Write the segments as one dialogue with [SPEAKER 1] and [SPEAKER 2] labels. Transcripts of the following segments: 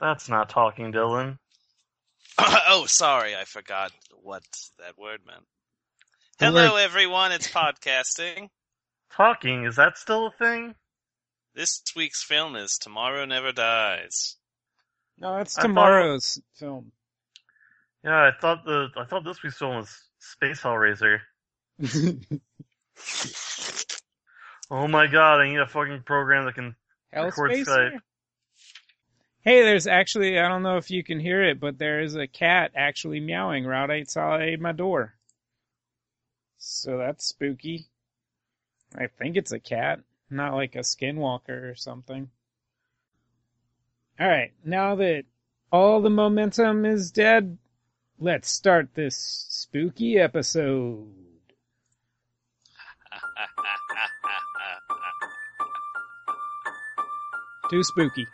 [SPEAKER 1] That's not talking, Dylan.
[SPEAKER 2] oh, sorry, I forgot what that word meant. Hello, everyone. It's podcasting.
[SPEAKER 1] Talking, is that still a thing?
[SPEAKER 2] This week's film is Tomorrow Never Dies.
[SPEAKER 3] No, that's
[SPEAKER 1] I thought-
[SPEAKER 3] tomorrow's film.
[SPEAKER 1] Yeah, I thought the I thought this week's film was Space Hellraiser. Oh my god, I need a fucking program that can Record
[SPEAKER 3] Hellspacer.
[SPEAKER 1] Skype.
[SPEAKER 3] Hey, there's actually I don't know if you can hear it, but there is a cat actually meowing right outside my door. So that's spooky. I think it's a cat, not like a skinwalker or something. All right, now that all the momentum is dead, let's start this spooky episode. Too spooky.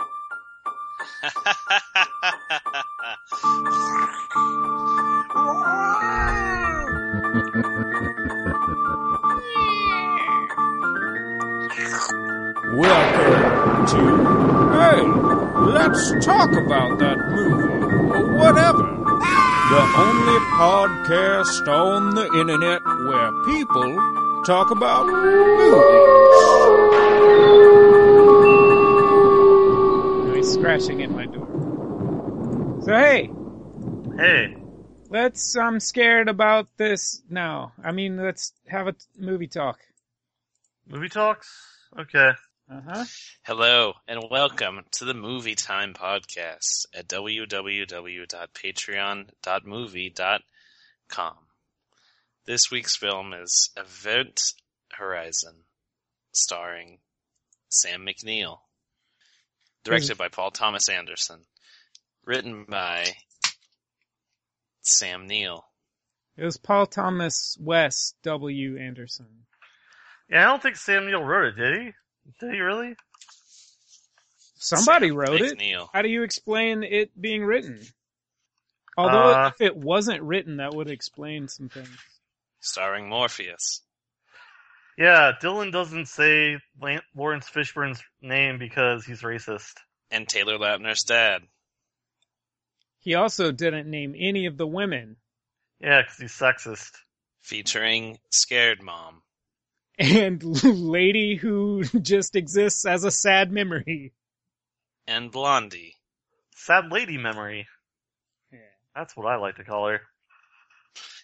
[SPEAKER 4] Welcome to Hey, let's talk about that movie or whatever. The only podcast on the internet where people talk about movies.
[SPEAKER 3] He's scratching at my door. So hey,
[SPEAKER 1] Hey,
[SPEAKER 3] let's. I'm scared about this now. I mean, let's have a t- movie talk.
[SPEAKER 1] movie talks? Okay.
[SPEAKER 3] Uh huh.
[SPEAKER 2] Hello, and welcome to the Movie Time Podcast at www.patreon.movie.com. This week's film is Event Horizon, starring Sam McNeill. Directed by Paul Thomas Anderson. Written by Sam Neill.
[SPEAKER 3] It was Paul Thomas West W. Anderson.
[SPEAKER 1] Yeah, I don't think Sam Neill wrote it, did he? Did he really?
[SPEAKER 3] Somebody
[SPEAKER 2] Sam
[SPEAKER 3] wrote it.
[SPEAKER 2] McNeill.
[SPEAKER 3] How do you explain it being written? Although
[SPEAKER 1] Uh,
[SPEAKER 3] if it wasn't written, that would explain some things.
[SPEAKER 2] Starring Morpheus.
[SPEAKER 1] Yeah, Dylan doesn't say Lan- Lawrence Fishburne's name because he's racist.
[SPEAKER 2] And Taylor Lautner's dad.
[SPEAKER 3] He also didn't name any of the women,
[SPEAKER 1] Yeah, because he's sexist.
[SPEAKER 2] Featuring Scared Mom.
[SPEAKER 3] and lady who just exists as a sad memory.
[SPEAKER 2] and Blondie.
[SPEAKER 1] Sad lady memory.
[SPEAKER 3] Yeah.
[SPEAKER 1] That's what I like to call her.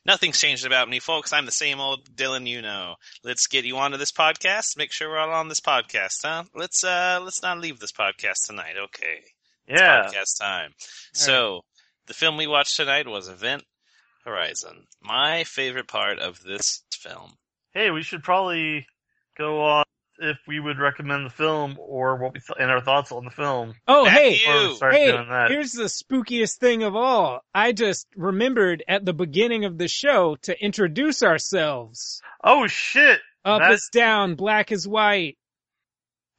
[SPEAKER 2] Nothing's changed about me, folks. I'm the same old Dylan you know. Let's get you onto this podcast. Make sure we're all on this podcast, huh? Let's uh let's not leave this podcast tonight, okay.
[SPEAKER 1] Yeah.
[SPEAKER 2] Podcast time. so the film we watched tonight was Event Horizon. My favorite part of this film.
[SPEAKER 1] Hey, we should probably go on if we would recommend the film or what we th- and our thoughts on the film.
[SPEAKER 3] Oh,
[SPEAKER 2] Back to
[SPEAKER 3] hey,
[SPEAKER 1] before we
[SPEAKER 2] Ew.
[SPEAKER 1] start
[SPEAKER 3] hey,
[SPEAKER 1] doing that.
[SPEAKER 3] here's the spookiest thing of all. I just remembered at the beginning of the show to introduce ourselves.
[SPEAKER 1] Oh shit!
[SPEAKER 3] Up
[SPEAKER 1] That-
[SPEAKER 3] is down, black is white.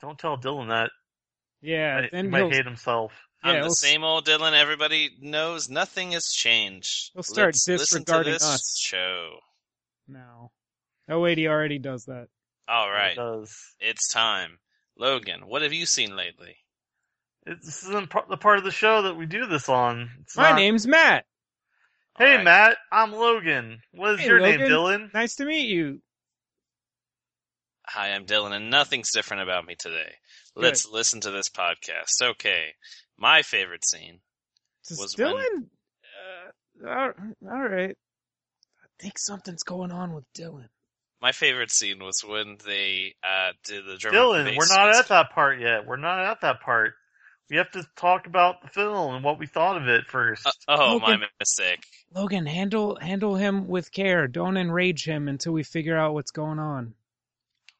[SPEAKER 1] Don't tell Dylan that.
[SPEAKER 3] Yeah,
[SPEAKER 1] He
[SPEAKER 3] then
[SPEAKER 1] might
[SPEAKER 3] he'll,
[SPEAKER 1] hate himself.
[SPEAKER 2] I'm
[SPEAKER 3] Yeah,
[SPEAKER 2] the
[SPEAKER 3] let's-
[SPEAKER 2] same old Dylan everybody knows. Nothing has changed.
[SPEAKER 3] We'll start
[SPEAKER 2] Let's listen to
[SPEAKER 3] disregarding
[SPEAKER 2] this
[SPEAKER 3] us.
[SPEAKER 2] Show.
[SPEAKER 3] no. Oh wait, he already does that.
[SPEAKER 2] All right.
[SPEAKER 1] It does.
[SPEAKER 2] It's time. Logan, what have you seen lately?
[SPEAKER 1] It, this isn't par- the part of the show that we do this on. It's
[SPEAKER 3] My
[SPEAKER 1] not-
[SPEAKER 3] name's Matt.
[SPEAKER 2] All
[SPEAKER 1] Hey
[SPEAKER 2] right.
[SPEAKER 1] Matt, I'm Logan. What is
[SPEAKER 3] Hey,
[SPEAKER 1] your name,
[SPEAKER 3] Logan.
[SPEAKER 1] Dylan?
[SPEAKER 3] Nice to meet you.
[SPEAKER 2] Hi, I'm Dylan, and nothing's different about me today. Let's listen to this podcast. Okay. My favorite scene.
[SPEAKER 3] Just
[SPEAKER 2] Was
[SPEAKER 3] Dylan. Uh, all, all right. I think something's going on with Dylan.
[SPEAKER 2] My favorite scene was when they uh, did the German
[SPEAKER 1] Dylan,
[SPEAKER 2] bass
[SPEAKER 1] we're not at
[SPEAKER 2] music.
[SPEAKER 1] that part yet. We're not at that part. We have to talk about the film and what we thought of it first.
[SPEAKER 2] Uh, oh,
[SPEAKER 3] Logan.
[SPEAKER 2] my mistake.
[SPEAKER 3] Logan, handle handle him with care. Don't enrage him until we figure out what's going on.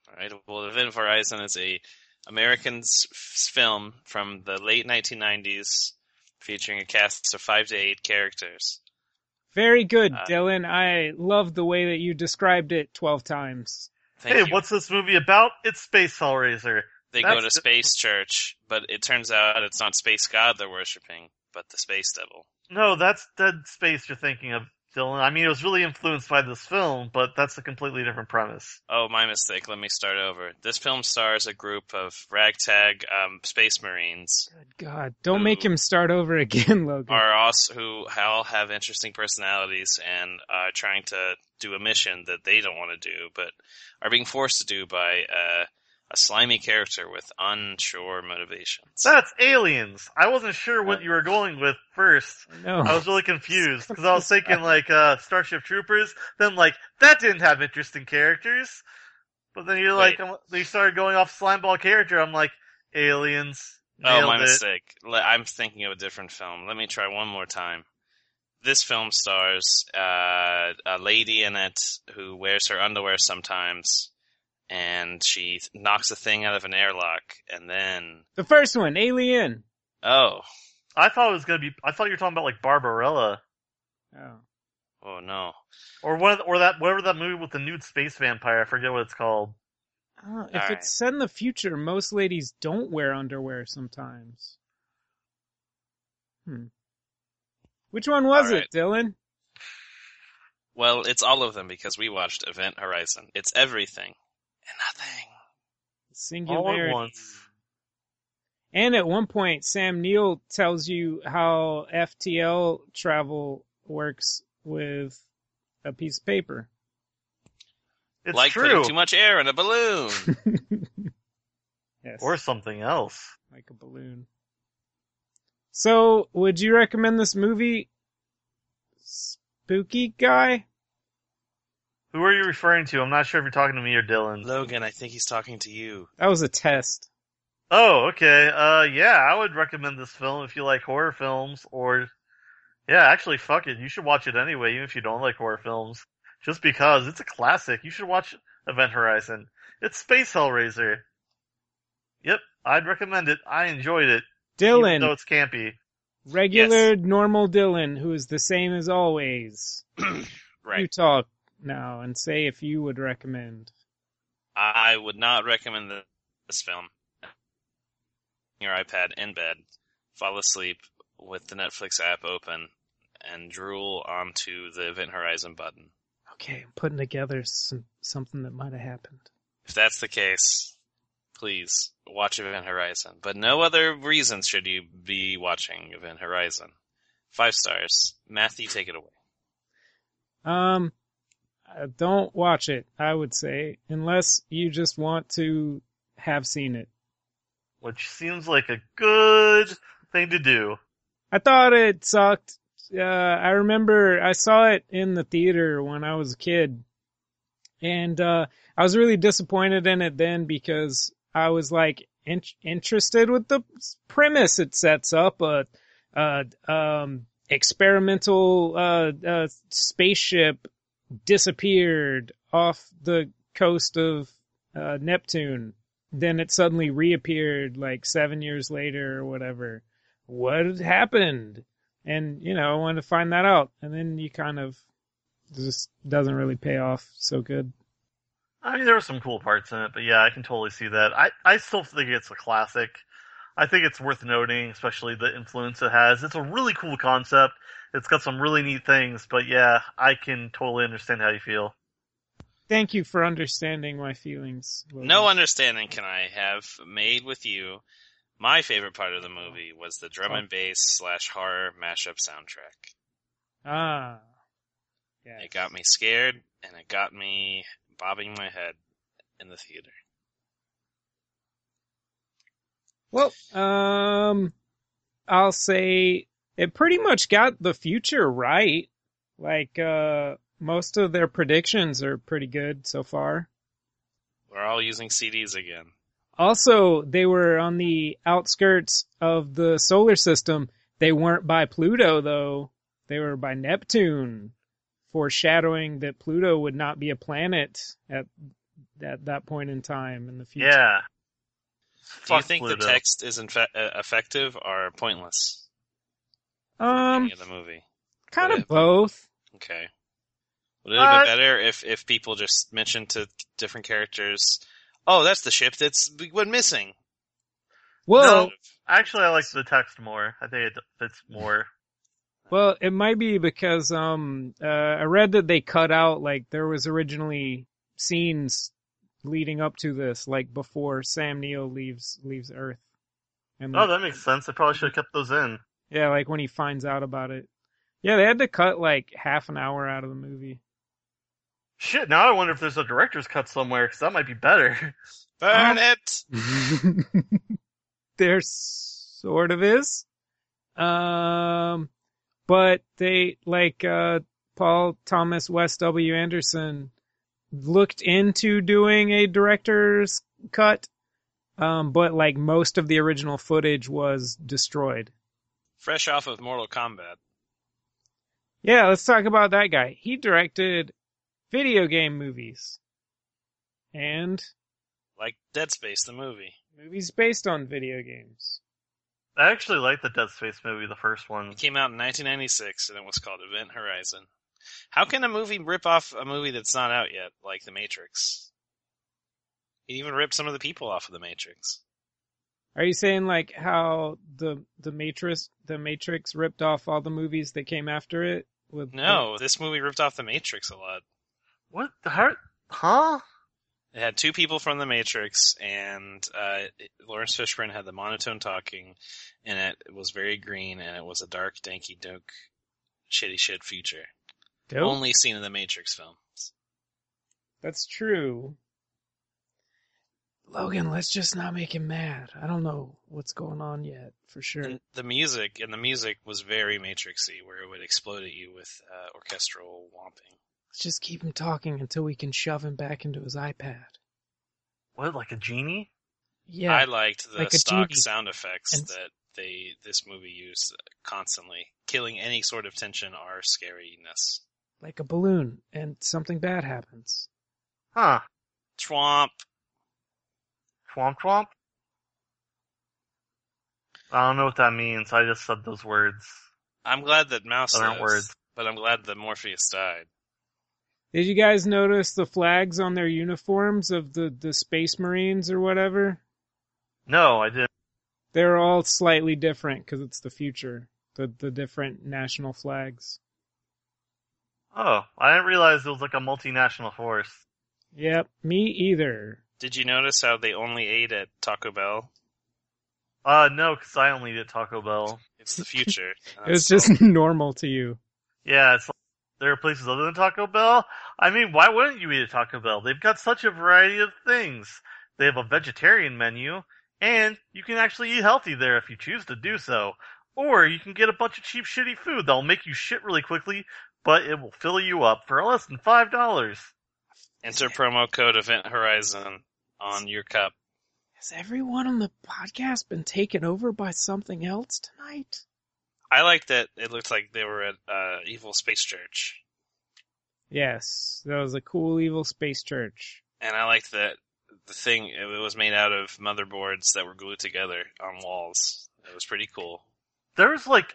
[SPEAKER 2] All right. Well, Event Horizon is a American s- s- film from the late 1990s, featuring a cast of five to eight characters.
[SPEAKER 3] Very good,
[SPEAKER 2] Uh,
[SPEAKER 3] Dylan. I love the way that you described it 12 times.
[SPEAKER 2] Thank
[SPEAKER 1] hey,
[SPEAKER 2] you.
[SPEAKER 1] what's this movie about? It's Space Hellraiser.
[SPEAKER 2] They
[SPEAKER 1] That's
[SPEAKER 2] go to
[SPEAKER 1] the-
[SPEAKER 2] space church, but it turns out it's not space god they're worshiping, but the space devil.
[SPEAKER 1] No, that's Dead Space you're thinking of. Dylan. I mean, it was really influenced by this film, but that's a completely different premise.
[SPEAKER 2] Oh, my mistake. Let me start over. This film stars a group of ragtag um, space marines
[SPEAKER 3] Good God, don't make him start over again, Logan.
[SPEAKER 2] are also who all have interesting personalities and are trying to do a mission that they don't want to do, but are being forced to do by uh, a slimy character with unsure motivations.
[SPEAKER 1] That's aliens. I wasn't sure what you were going with first.
[SPEAKER 3] No,
[SPEAKER 2] Oh.
[SPEAKER 1] I was really confused because I was thinking like uh, Starship Troopers. Then like that didn't have interesting characters. But then you're like,
[SPEAKER 2] Wait.
[SPEAKER 1] I'm- they started going off slimeball character. I'm like, aliens.
[SPEAKER 2] Oh,
[SPEAKER 1] Nailed
[SPEAKER 2] my
[SPEAKER 1] it.
[SPEAKER 2] mistake. Le- I'm thinking of a different film. Let me try one more time. This film stars uh, a lady in it who wears her underwear sometimes, and she th- knocks a thing out of an airlock, and then
[SPEAKER 3] the first one, Alien.
[SPEAKER 2] oh,
[SPEAKER 1] I thought it was gonna be. I thought you were talking about like Barbarella
[SPEAKER 3] Oh.
[SPEAKER 2] oh no,
[SPEAKER 1] or one of the, or that whatever that movie with the nude space vampire. I forget what it's called.
[SPEAKER 3] Oh, if
[SPEAKER 2] Alright.
[SPEAKER 3] it's set in the future, most ladies don't wear underwear sometimes. Hmm. Which one was
[SPEAKER 2] Alright.
[SPEAKER 3] it, Dylan?
[SPEAKER 2] Well, it's all of them because we watched Event Horizon. It's everything and nothing.
[SPEAKER 1] All
[SPEAKER 3] Singularity.
[SPEAKER 1] at once.
[SPEAKER 3] And at one point, Sam Neill tells you how FTL travel works with a piece of paper.
[SPEAKER 1] It's
[SPEAKER 2] like
[SPEAKER 1] true.
[SPEAKER 2] putting too much air in a balloon.
[SPEAKER 3] Yes,
[SPEAKER 1] Or something else.
[SPEAKER 3] like a balloon. So, would you recommend this movie, Spooky Guy?
[SPEAKER 1] Who are you referring to? I'm not sure if you're talking to me or Dylan.
[SPEAKER 2] Logan, I think he's talking to you.
[SPEAKER 3] That was a test.
[SPEAKER 1] Oh, okay. Uh, yeah, I would recommend this film if you like horror films, or yeah, actually, fuck it, you should watch it anyway, even if you don't like horror films. Just because it's a classic, you should watch Event Horizon. It's Space Hellraiser. Yep, I'd recommend it. I enjoyed it, even
[SPEAKER 3] Dylan,
[SPEAKER 1] though it's campy.
[SPEAKER 3] regular normal Dylan, who is the same as always. You
[SPEAKER 2] Right.
[SPEAKER 3] talk now and say if you would recommend.
[SPEAKER 2] I would not recommend th- this film. Your iPad in bed, fall asleep with the Netflix app open, and drool onto the Event Horizon button.
[SPEAKER 3] Okay, I'm putting together some, something that might have happened.
[SPEAKER 2] If that's the case, please watch Event Horizon. But no other reason should you be watching Event Horizon. Five stars. Matthew, take it away.
[SPEAKER 3] Um, uh, don't watch it. I would say unless you just want to have seen it.
[SPEAKER 1] Which seems like a good thing to do.
[SPEAKER 3] I thought it sucked. Uh, I remember I saw it in the theater when I was a kid, and uh, I was really disappointed in it then because I was like in- interested with the premise it sets up a, a um, experimental uh, uh, spaceship disappeared off the coast of uh, Neptune. Then it suddenly reappeared like seven years later or whatever what had happened and you know i wanted to find that out and then you kind of it just doesn't really pay off so good
[SPEAKER 1] I mean, there were some cool parts in it, but yeah, I can totally see that. I, I still think it's a classic. I think it's worth noting, especially the influence it has. It's a really cool concept. It's got some really neat things, but yeah, I can totally understand how you feel.
[SPEAKER 3] thank you for understanding my feelings Logan.
[SPEAKER 2] No understanding can I have made with you. My favorite part of the movie was the drum and bass slash horror mashup soundtrack.
[SPEAKER 3] ah yeah
[SPEAKER 2] It got me scared and it got me bobbing my head in the theater.
[SPEAKER 3] well um i'll say it pretty much got the future right like uh most of their predictions are pretty good so far
[SPEAKER 2] We're all using CDs again.
[SPEAKER 3] Also, they were on the outskirts of the solar system. They weren't by Pluto, though. They were by Neptune, foreshadowing that Pluto would not be a planet at, at that point in time in the future.
[SPEAKER 1] Yeah.
[SPEAKER 2] Do you
[SPEAKER 1] Fuck
[SPEAKER 2] think the
[SPEAKER 1] Pluto.
[SPEAKER 2] text is in fa- uh, effective or pointless?
[SPEAKER 3] Um,
[SPEAKER 2] Beginning of the movie.
[SPEAKER 3] kind of both.
[SPEAKER 2] Okay. Would it have been
[SPEAKER 1] Uh,
[SPEAKER 2] better if, if people just mentioned to different characters, "Oh, that's the ship that's went missing."
[SPEAKER 3] Well, Oh.
[SPEAKER 1] Actually, I like the text more. I think it fits more.
[SPEAKER 3] Well, it might be because um uh, I read that they cut out like there was originally scenes leading up to this, like before Sam Neill leaves leaves Earth, and
[SPEAKER 1] Oh, that makes sense. They probably should have kept those in.
[SPEAKER 3] yeah, like when he finds out about it. Yeah, they had to cut like half an hour out of the movie.
[SPEAKER 1] Shit, now I wonder if there's a director's cut somewhere, because that might be better.
[SPEAKER 2] Burn it.
[SPEAKER 3] there sort of is. Um, but they, like, uh, Paul Thomas West W. Anderson looked into doing a director's cut, um, but like most of the original footage was destroyed.
[SPEAKER 2] Fresh off of Mortal Kombat.
[SPEAKER 3] Yeah, let's talk about that guy. He directed video game movies and
[SPEAKER 2] Like Dead Space, the movie.
[SPEAKER 3] movies based on video games.
[SPEAKER 1] I actually like the Dead Space movie, the first one.
[SPEAKER 2] It came out in 1996 and it was called Event Horizon. How can a movie rip off a movie that's not out yet, like The Matrix? It even ripped some of the people off of The Matrix.
[SPEAKER 3] Are you saying like how the the Matrix the Matrix ripped off all the movies that came after it? With
[SPEAKER 2] No, this movie ripped off The Matrix a lot.
[SPEAKER 1] What? The heart? Huh?
[SPEAKER 2] It had two people from The Matrix, and uh, it- Lawrence Fishburne had the monotone talking, and it was very green, and it was a dark, danky, doke, shitty shit future.
[SPEAKER 3] Dope.
[SPEAKER 2] Only seen in The Matrix films.
[SPEAKER 3] that's true. Logan, let's just not make him mad. I don't know what's going on yet for sure.
[SPEAKER 2] And the music, and the music was very Matrixy, where it would explode at you with uh, orchestral whomping.
[SPEAKER 3] Let's just keep him talking until we can shove him back into his iPad.
[SPEAKER 1] What, like a genie?
[SPEAKER 3] Yeah,
[SPEAKER 2] I liked the
[SPEAKER 3] like a
[SPEAKER 2] stock
[SPEAKER 3] genie.
[SPEAKER 2] sound effects
[SPEAKER 3] And-
[SPEAKER 2] that they this movie used constantly, killing any sort of tension or scariness.
[SPEAKER 3] like a balloon, and something bad happens.
[SPEAKER 1] Huh.
[SPEAKER 2] Twomp.
[SPEAKER 1] Twomp twomp? I don't know what that means. I just said those words.
[SPEAKER 2] I'm glad that Mouse
[SPEAKER 1] Those aren't
[SPEAKER 2] lives,
[SPEAKER 1] words.
[SPEAKER 2] but I'm glad that Morpheus died.
[SPEAKER 3] Did you guys notice the flags on their uniforms of the the Space Marines or whatever?
[SPEAKER 1] No, I didn't.
[SPEAKER 3] They're all slightly different because it's the future. The the different national flags.
[SPEAKER 1] Oh, I didn't realize it was like a multinational force.
[SPEAKER 3] Yep, me either.
[SPEAKER 2] Did you notice how they only ate at Taco Bell?
[SPEAKER 1] Uh, no, because I only did Taco Bell.
[SPEAKER 2] It's the future. and
[SPEAKER 3] It was
[SPEAKER 2] that's
[SPEAKER 3] just normal to you.
[SPEAKER 1] Yeah, it's like, there are places other than Taco Bell. I mean, why wouldn't you eat at Taco Bell? They've got such a variety of things. They have a vegetarian menu, and you can actually eat healthy there if you choose to do so. Or you can get a bunch of cheap, shitty food that'll make you shit really quickly, but it will fill you up for less than five dollars.
[SPEAKER 2] Enter promo code Event Horizon on your cup.
[SPEAKER 3] Has everyone on the podcast been taken over by something else tonight?
[SPEAKER 2] I like that it looked like they were at uh, Evil Space Church,
[SPEAKER 3] Yes, that was a cool evil space church.
[SPEAKER 2] and I liked that the thing it was made out of motherboards that were glued together on walls. It was pretty cool.
[SPEAKER 1] There's like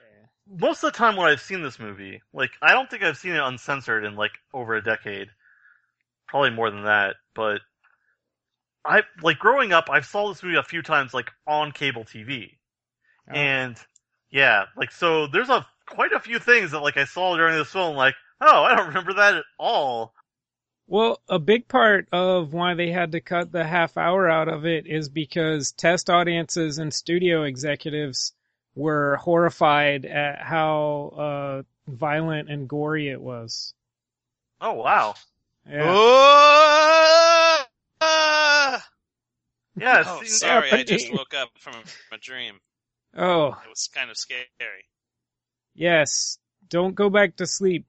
[SPEAKER 1] most of the time when I've seen this movie, like I don't think I've seen it uncensored in like over a decade, probably more than that. But I like growing up, I've saw this movie a few times, like on cable TV,
[SPEAKER 3] Oh.
[SPEAKER 1] and yeah, like so there's a quite a few things that like I saw during this film, like oh I don't remember that at all.
[SPEAKER 3] Well, a big part of why they had to cut the half hour out of it is because test audiences and studio executives were horrified at how uh, violent and gory it was.
[SPEAKER 1] Oh wow,
[SPEAKER 3] Yeah.
[SPEAKER 2] Oh! Ah!
[SPEAKER 1] yeah,
[SPEAKER 2] Oh,
[SPEAKER 1] see-
[SPEAKER 2] sorry, I just
[SPEAKER 3] happening.
[SPEAKER 2] woke up from a dream.
[SPEAKER 3] Oh,
[SPEAKER 2] It was kind of scary.
[SPEAKER 3] yes. Don't go back to sleep,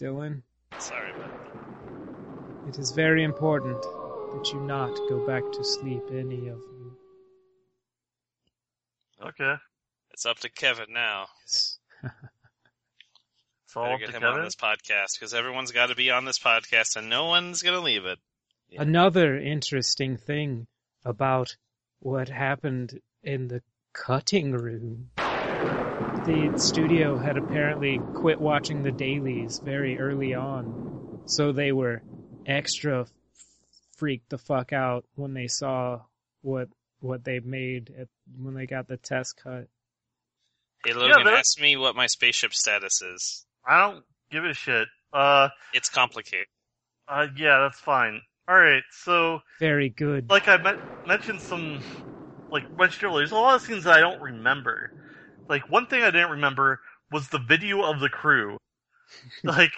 [SPEAKER 3] Dylan.
[SPEAKER 2] Sorry, but
[SPEAKER 3] It is very important that you not go back to sleep, any of you.
[SPEAKER 1] okay,
[SPEAKER 2] it's up to Kevin now.
[SPEAKER 3] Yes.
[SPEAKER 1] it's all
[SPEAKER 2] Better
[SPEAKER 1] up
[SPEAKER 2] get
[SPEAKER 1] to
[SPEAKER 2] him
[SPEAKER 1] Kevin.
[SPEAKER 2] on this podcast because everyone's got to be on this podcast, and no one's gonna leave it. Yeah.
[SPEAKER 3] Another interesting thing about what happened in the cutting room. The studio had apparently quit watching the dailies very early on, so they were extra f- freaked the fuck out when they saw what what they made at, when they got the test cut.
[SPEAKER 2] Hey, Logan,
[SPEAKER 1] there-
[SPEAKER 2] ask me what my spaceship status is.
[SPEAKER 1] I don't give a shit. Uh,
[SPEAKER 2] It's complicated.
[SPEAKER 1] uh, yeah, that's fine. All right, so
[SPEAKER 3] Very good.
[SPEAKER 1] like I men- mentioned some like mentioned earlier, there's a lot of scenes that I don't remember. Like one thing I didn't remember was the video of the crew, like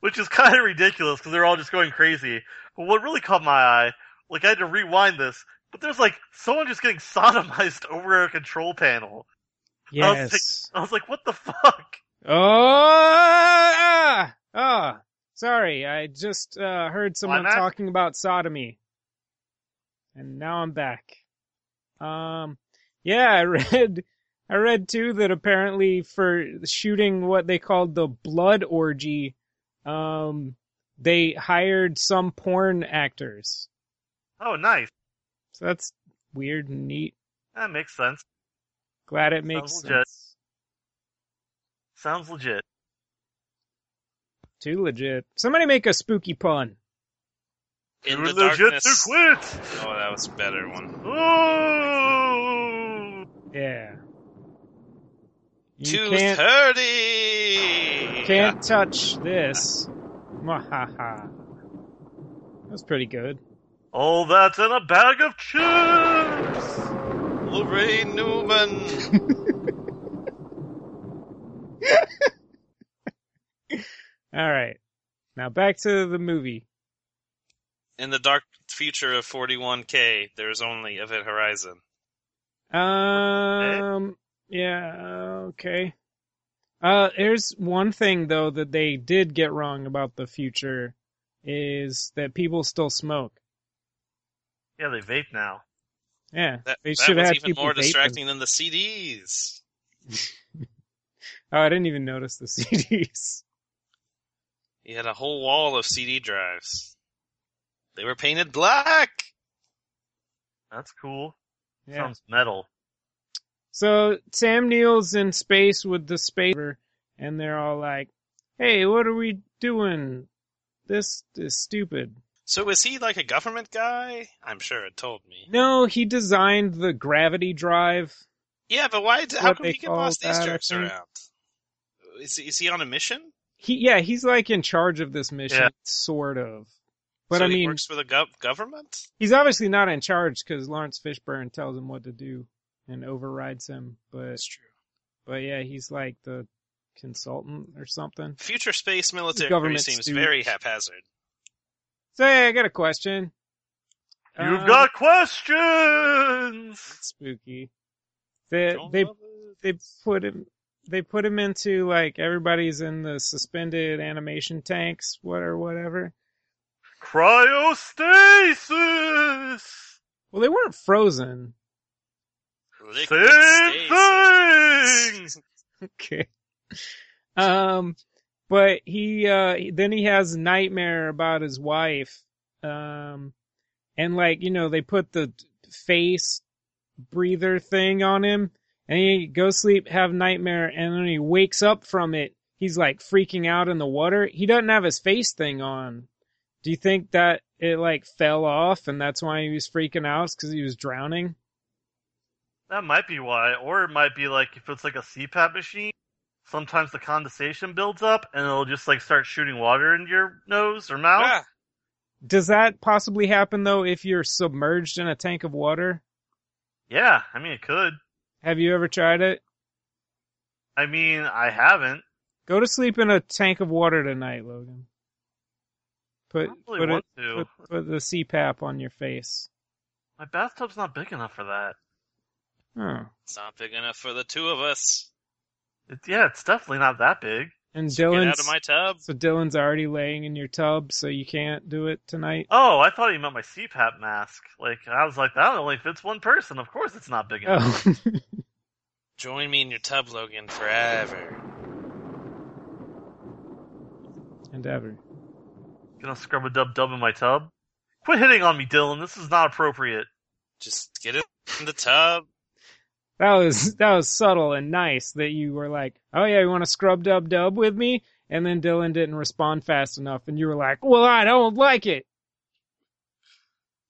[SPEAKER 1] which is kind of ridiculous because they're all just going crazy. But what really caught my eye, like I had to rewind this, but there's like someone just getting sodomized over a control panel. I'll
[SPEAKER 3] Yes.
[SPEAKER 1] I was like, what the fuck?
[SPEAKER 3] Oh, ah, ah. sorry. I just uh, heard someone
[SPEAKER 1] not?
[SPEAKER 3] talking about sodomy, and now I'm back. Um, yeah, I read, I read too that apparently for shooting what they called the blood orgy, um, they hired some porn actors.
[SPEAKER 1] Oh, nice.
[SPEAKER 3] So that's weird and neat.
[SPEAKER 1] That makes sense.
[SPEAKER 3] Glad it makes
[SPEAKER 1] Sounds legit.
[SPEAKER 3] sense.
[SPEAKER 1] Sounds legit.
[SPEAKER 3] Too legit. Somebody make a spooky pun.
[SPEAKER 2] In
[SPEAKER 1] Too
[SPEAKER 2] the
[SPEAKER 1] legit to
[SPEAKER 2] darkness.
[SPEAKER 1] quit.
[SPEAKER 2] Oh, that was a better one.
[SPEAKER 1] Ooh.
[SPEAKER 3] Yeah. You
[SPEAKER 2] Two
[SPEAKER 3] can't,
[SPEAKER 2] thirty.
[SPEAKER 3] can't touch this. Mwahaha. That was pretty good.
[SPEAKER 1] All that in a bag of chips.
[SPEAKER 2] Lorraine Newman.
[SPEAKER 3] All right. Now back to the movie.
[SPEAKER 2] In the dark future of 41K, there is only Event Horizon.
[SPEAKER 3] Um. Yeah. Okay. Uh, there's one thing though that they did get wrong about the future is that people still smoke.
[SPEAKER 1] Yeah, they vape now.
[SPEAKER 3] Yeah,
[SPEAKER 2] That,
[SPEAKER 3] they
[SPEAKER 2] that
[SPEAKER 3] should
[SPEAKER 2] was
[SPEAKER 3] have
[SPEAKER 2] even more
[SPEAKER 3] people vaping.
[SPEAKER 2] distracting than the CDs.
[SPEAKER 3] Oh, I didn't even notice the CDs.
[SPEAKER 2] He had a whole wall of CD drives. They were painted black.
[SPEAKER 1] That's cool.
[SPEAKER 3] Yeah.
[SPEAKER 1] Sounds metal.
[SPEAKER 3] So Sam Neill's in space with the space, rover, and they're all like, "Hey, what are we doing? This is stupid."
[SPEAKER 2] So is he like a government guy? I'm sure it told me.
[SPEAKER 3] No, he designed the gravity drive.
[SPEAKER 2] Yeah, but why? How
[SPEAKER 3] What
[SPEAKER 2] come
[SPEAKER 3] they
[SPEAKER 2] he can
[SPEAKER 3] call
[SPEAKER 2] boss these
[SPEAKER 3] that, I
[SPEAKER 2] jerks
[SPEAKER 3] think.
[SPEAKER 2] around? Is, is he on a mission?
[SPEAKER 3] He, yeah, he's like in charge of this mission,
[SPEAKER 1] Yeah.
[SPEAKER 3] sort of. But
[SPEAKER 2] so
[SPEAKER 3] I
[SPEAKER 2] he
[SPEAKER 3] mean,
[SPEAKER 2] works for the gov- government.
[SPEAKER 3] he's obviously not in charge because Lawrence Fishburne tells him what to do and overrides him. But
[SPEAKER 2] That's true.
[SPEAKER 3] but yeah, he's like the consultant or something.
[SPEAKER 2] Future space military
[SPEAKER 3] Government
[SPEAKER 2] seems
[SPEAKER 3] stooge.
[SPEAKER 2] very haphazard.
[SPEAKER 3] So hey, I got a question.
[SPEAKER 1] You've
[SPEAKER 3] Um,
[SPEAKER 1] got questions.
[SPEAKER 3] spooky. They
[SPEAKER 2] Don't
[SPEAKER 3] they
[SPEAKER 2] love it.
[SPEAKER 3] they put him they put him into like everybody's in the suspended animation tanks, what or whatever.
[SPEAKER 1] Cryostasis.
[SPEAKER 3] Well, they weren't frozen.
[SPEAKER 2] Liquid states.
[SPEAKER 1] Same thing.
[SPEAKER 3] Okay. Um, but he uh then he has a nightmare about his wife. Um, and like you know they put the face breather thing on him, and he goes sleep, have nightmare, and then he wakes up from it. He's like freaking out in the water. He doesn't have his face thing on. Do you think that it like fell off and that's why he was freaking out? Because he was drowning.
[SPEAKER 1] That might be why, or it might be like if it's like a CPAP machine. Sometimes the condensation builds up and it'll just like start shooting water into your nose or mouth.
[SPEAKER 2] Ah,
[SPEAKER 3] Does that possibly happen though if you're submerged in a tank of water?
[SPEAKER 1] Yeah, I mean it could.
[SPEAKER 3] Have you ever tried it?
[SPEAKER 1] I mean I haven't.
[SPEAKER 3] Go to sleep in a tank of water tonight, Logan.
[SPEAKER 1] I
[SPEAKER 3] Put
[SPEAKER 1] don't really
[SPEAKER 3] put, it,
[SPEAKER 1] want to.
[SPEAKER 3] put put the CPAP on your face.
[SPEAKER 1] My bathtub's not big enough for that.
[SPEAKER 3] Huh.
[SPEAKER 2] it's not big enough for the two of us.
[SPEAKER 1] It, yeah, it's definitely not that big.
[SPEAKER 3] And
[SPEAKER 2] So get out
[SPEAKER 3] Dylan's
[SPEAKER 2] of my tub.
[SPEAKER 3] so Dylan's already laying in your tub, so you can't do it tonight.
[SPEAKER 1] Oh, I thought he meant my CPAP mask. Like I was like, that only fits one person. Of course, it's not big enough.
[SPEAKER 3] Oh,
[SPEAKER 2] Join me in your tub, Logan, forever.
[SPEAKER 3] and ever. Oh.
[SPEAKER 1] Gonna scrub a dub dub in my tub. Quit hitting on me, Dylan. This is not appropriate.
[SPEAKER 2] Just get in the tub.
[SPEAKER 3] That was that was subtle and nice that you were like, "Oh yeah, you want to scrub dub dub with me?" And then Dylan didn't respond fast enough, and you were like, "Well, I don't like it."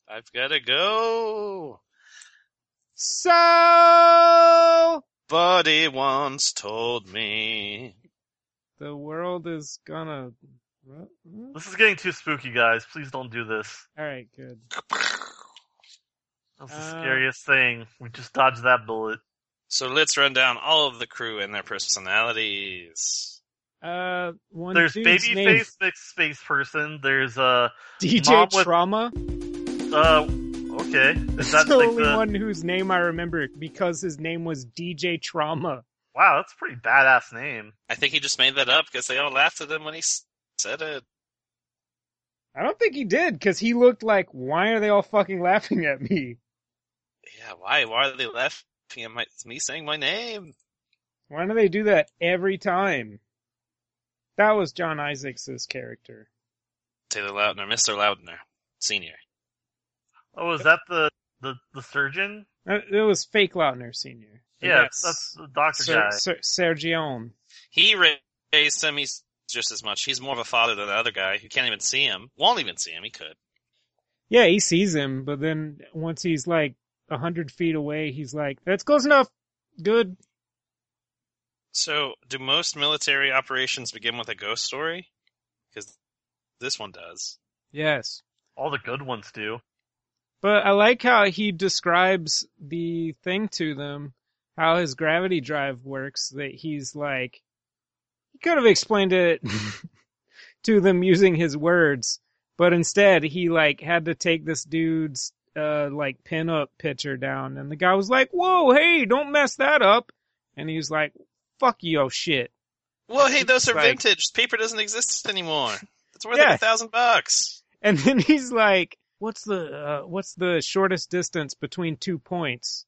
[SPEAKER 2] I've gotta go.
[SPEAKER 3] So
[SPEAKER 2] Somebody once told me.
[SPEAKER 3] The world is gonna. What? What?
[SPEAKER 1] This is getting too spooky, guys. Please don't do this.
[SPEAKER 3] All right, good.
[SPEAKER 1] That's the
[SPEAKER 3] Uh,
[SPEAKER 1] scariest thing. We just dodged that bullet.
[SPEAKER 2] So let's run down all of the crew and their personalities.
[SPEAKER 3] Uh, one
[SPEAKER 1] There's
[SPEAKER 3] dude's
[SPEAKER 1] babyface
[SPEAKER 3] name,
[SPEAKER 1] mixed space person. There's uh Mom
[SPEAKER 3] DJ
[SPEAKER 1] with-
[SPEAKER 3] Trauma.
[SPEAKER 1] uh okay. Is that
[SPEAKER 3] That's the
[SPEAKER 1] like
[SPEAKER 3] only
[SPEAKER 1] the-
[SPEAKER 3] one whose name I remember because his name was DJ Trauma.
[SPEAKER 1] Wow, that's a pretty badass name.
[SPEAKER 2] I think he just made that up because they all laughed at him when he s- said it.
[SPEAKER 3] I don't think he did because he looked like, why are they all fucking laughing at me?
[SPEAKER 2] Yeah, why? Why are they laughing at my, me saying my name?
[SPEAKER 3] Why do they do that every time? That was John Isaacs' character.
[SPEAKER 2] Taylor Lautner, Mr. Lautner, Senior.
[SPEAKER 1] Oh, is that the the, the surgeon?
[SPEAKER 3] Uh, It was Fake Lautner Sr.
[SPEAKER 1] Yeah, that's the doctor
[SPEAKER 3] Ser-
[SPEAKER 1] guy.
[SPEAKER 3] Ser- Sergione.
[SPEAKER 2] He ra- raised him. He's just as much. He's more of a father than the other guy who can't even see him. Won't even see him. He could.
[SPEAKER 3] Yeah, he sees him, but then once he's like a hundred feet away, he's like, "That's close enough. Good."
[SPEAKER 2] So, do most military operations begin with a ghost story? Because this one does.
[SPEAKER 3] Yes,
[SPEAKER 1] All the good ones do.
[SPEAKER 3] but I like how he describes the thing to them, how his gravity drive works. That he's like, he could have explained it to them using his words, but instead he like had to take this dude's uh like pinup picture down, and the guy was like, "Whoa, hey, don't mess that up," and he was like, "Fuck your shit."
[SPEAKER 2] Well, hey, those are
[SPEAKER 3] Right.
[SPEAKER 2] vintage. Paper doesn't exist anymore. It's worth
[SPEAKER 3] Yeah.
[SPEAKER 2] like a thousand bucks.
[SPEAKER 3] And then he's like, "What's the uh, what's the shortest distance between two points?"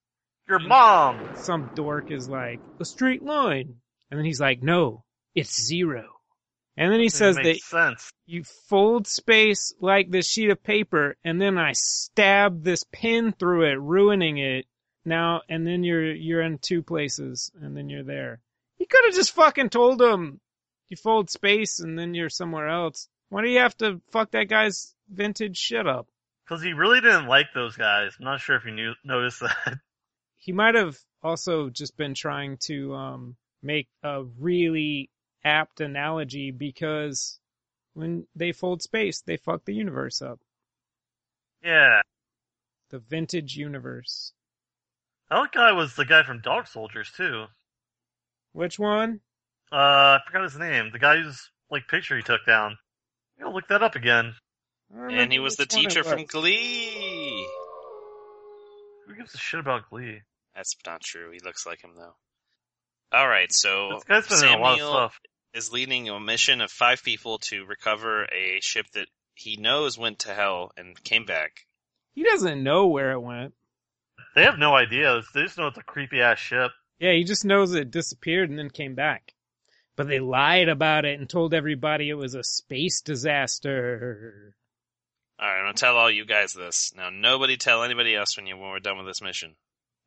[SPEAKER 1] Your mom.
[SPEAKER 3] Some dork is like, "A straight line." And then he's like, "No, it's zero. And then he says
[SPEAKER 1] it
[SPEAKER 3] that
[SPEAKER 1] makes sense.
[SPEAKER 3] you fold space like this sheet of paper, and then I stab this pin through it, ruining it. Now and then you're you're in two places, and then you're there. You could have just fucking told him you fold space, and then you're somewhere else. Why do you have to fuck that guy's vintage shit up?
[SPEAKER 1] Because he really didn't like those guys. I'm not sure if you knew, noticed that.
[SPEAKER 3] he might have also just been trying to um, make a really apt analogy because when they fold space, they fuck the universe up.
[SPEAKER 1] yeah.
[SPEAKER 3] The vintage universe.
[SPEAKER 1] That guy was the guy from Dog Soldiers, too.
[SPEAKER 3] Which one?
[SPEAKER 1] Uh, I forgot his name. The guy whose, like, picture he took down. You know, look that up again.
[SPEAKER 3] I don't
[SPEAKER 2] And he
[SPEAKER 3] remember
[SPEAKER 2] was the
[SPEAKER 3] which one it
[SPEAKER 2] teacher from
[SPEAKER 3] was.
[SPEAKER 2] Glee.
[SPEAKER 1] Who gives a shit about Glee?
[SPEAKER 2] That's not true. He looks like him though. All right, so
[SPEAKER 1] This guy's been in a lot of
[SPEAKER 2] Samuel-
[SPEAKER 1] stuff.
[SPEAKER 2] is leading a mission of five people to recover a ship that he knows went to hell and came back.
[SPEAKER 3] He doesn't know where it went.
[SPEAKER 1] They have no idea. They just know it's a creepy ass ship.
[SPEAKER 3] Yeah, he just knows it disappeared and then came back. But they lied about it and told everybody it was a space disaster.
[SPEAKER 2] All right, I'm gonna tell all you guys this now. Nobody tell anybody else when you when we're done with this mission.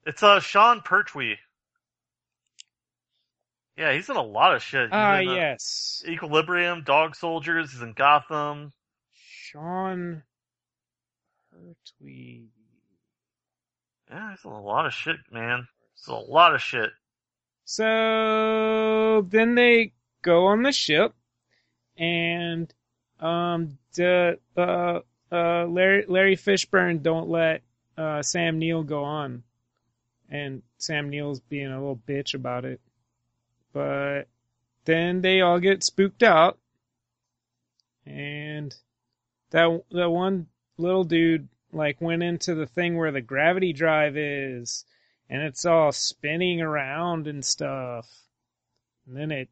[SPEAKER 1] It's uh Sean Pertwee. Yeah, he's in a lot of shit. He's
[SPEAKER 3] Ah,
[SPEAKER 1] in, uh,
[SPEAKER 3] yes.
[SPEAKER 1] Equilibrium, Dog Soldiers. He's in Gotham.
[SPEAKER 3] Sean Pertwee.
[SPEAKER 1] Yeah, he's in a lot of shit, man. It's a lot of shit.
[SPEAKER 3] So then they go on the ship, and um, the uh, uh, Larry Larry Fishburne don't let uh, Sam Neill go on, and Sam Neill's being a little bitch about it. But then they all get spooked out, and that that one little dude like went into the thing where the gravity drive is and it's all spinning around and stuff. And then it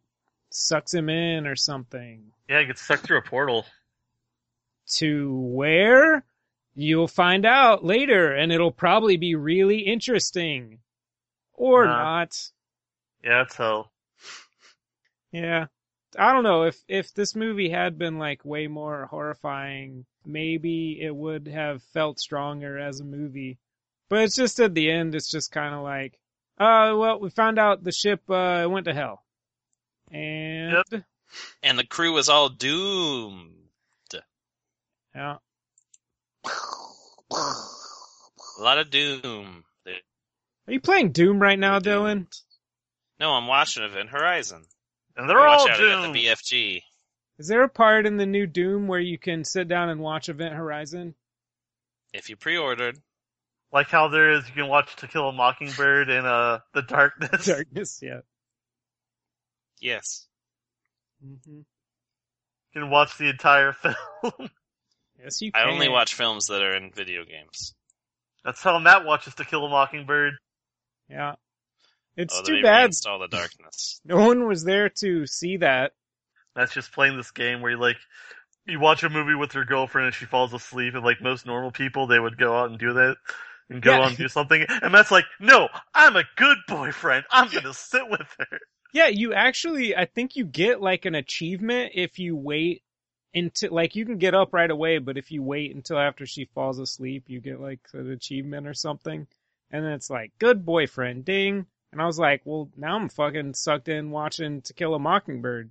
[SPEAKER 3] sucks him in or something.
[SPEAKER 1] Yeah, he gets sucked through a portal.
[SPEAKER 3] To where? You'll find out later, and it'll probably be really interesting. Or
[SPEAKER 1] Nah.
[SPEAKER 3] not.
[SPEAKER 1] Yeah, it's hell.
[SPEAKER 3] Yeah. I don't know if if this movie had been like way more horrifying, maybe it would have felt stronger as a movie. But it's just at the end, it's just kind of like, uh, well, we found out the ship uh went to hell, and
[SPEAKER 2] And the crew is all doomed.
[SPEAKER 3] yeah,
[SPEAKER 2] A lot of doom. They're
[SPEAKER 3] are you playing Doom right now,
[SPEAKER 2] doomed.
[SPEAKER 3] Dylan?
[SPEAKER 2] No, I'm watching Event Horizon.
[SPEAKER 1] And they're all
[SPEAKER 2] Watch out, I got
[SPEAKER 1] doomed.
[SPEAKER 2] the BFG.
[SPEAKER 3] Is there a part in the new Doom where you can sit down and watch Event Horizon?
[SPEAKER 2] If you pre-ordered,
[SPEAKER 1] like how there is, you can watch To Kill a Mockingbird in uh, The Darkness.
[SPEAKER 3] Darkness, yeah.
[SPEAKER 2] yes.
[SPEAKER 3] hmm
[SPEAKER 1] You can watch the entire film.
[SPEAKER 3] Yes, you.
[SPEAKER 2] I
[SPEAKER 3] Can.
[SPEAKER 2] only watch films that are in video games.
[SPEAKER 1] That's how Matt watches To Kill a Mockingbird.
[SPEAKER 3] Yeah, it's
[SPEAKER 2] Although
[SPEAKER 3] too
[SPEAKER 2] Oh, they
[SPEAKER 3] bad
[SPEAKER 2] Reinstall the darkness.
[SPEAKER 3] no one was there to see that.
[SPEAKER 1] That's just playing this game where you like, you watch a movie with your girlfriend and she falls asleep and like most normal people, they would go out and do that. And go
[SPEAKER 3] Yeah.
[SPEAKER 1] out and do something. And Matt's like, no, I'm a good boyfriend. I'm gonna sit with her.
[SPEAKER 3] Yeah, you actually, I think you get like an achievement if you wait until, like, you can get up right away, but if you wait until after she falls asleep, you get like an achievement or something. And then it's like, good boyfriend, ding. And I was like, well, now I'm fucking sucked in watching To Kill a Mockingbird.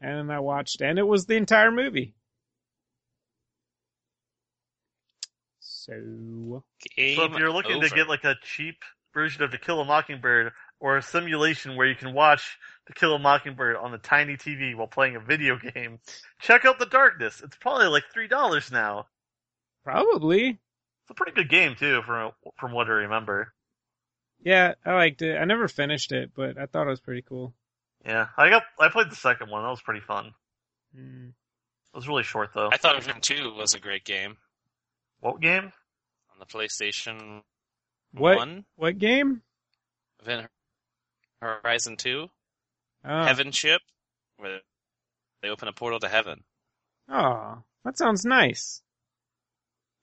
[SPEAKER 3] And then I watched, and it was the entire movie. So,
[SPEAKER 2] Game
[SPEAKER 1] So if you're looking
[SPEAKER 2] over.
[SPEAKER 1] to get like a cheap version of To Kill a Mockingbird or a simulation where you can watch To Kill a Mockingbird on a tiny TV while playing a video game, check out The Darkness. It's probably like three dollars now.
[SPEAKER 3] probably.
[SPEAKER 1] It's a pretty good game too, from from what I remember.
[SPEAKER 3] Yeah, I liked it. I never finished it, but I thought it was pretty cool.
[SPEAKER 1] Yeah, I got I played the second one. That was pretty fun.
[SPEAKER 3] Hmm.
[SPEAKER 1] It was really short though.
[SPEAKER 2] I thought Event Two was a great game
[SPEAKER 1] What game?
[SPEAKER 2] on the PlayStation
[SPEAKER 3] What?
[SPEAKER 2] One.
[SPEAKER 3] What game?
[SPEAKER 2] Event Horizon Two,
[SPEAKER 3] Oh.
[SPEAKER 2] Heaven Ship, where they open a portal to heaven,
[SPEAKER 3] Oh, that sounds nice.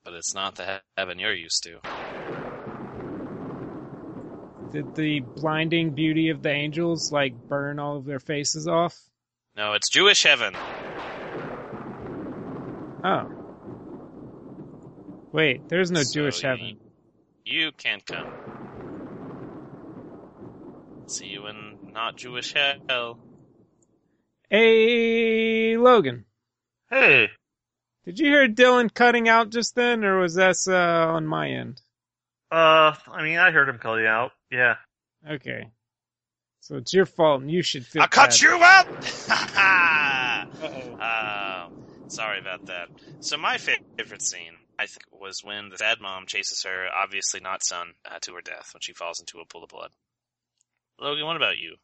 [SPEAKER 2] but it's not the he- heaven you're used to.
[SPEAKER 3] Did the blinding beauty of the angels like burn all of their faces off?
[SPEAKER 2] No, it's Jewish heaven.
[SPEAKER 3] Oh. Wait, there's no
[SPEAKER 2] So
[SPEAKER 3] Jewish
[SPEAKER 2] you-
[SPEAKER 3] heaven.
[SPEAKER 2] You can't come. See you in not Jewish hell.
[SPEAKER 3] Hey, Logan.
[SPEAKER 1] Hey,
[SPEAKER 3] Did you hear Dylan cutting out just then, or was that uh, on my end?
[SPEAKER 1] uh, I mean, I heard him call you out. Yeah,
[SPEAKER 3] Okay. So it's your fault, and you should feel.
[SPEAKER 2] I cut
[SPEAKER 3] bad.
[SPEAKER 2] you out! Um, sorry about that. So my fa- favorite scene, I think, was when the sad mom chases her, obviously not son, uh, to her death when she falls into a pool of blood. Logan, what about you?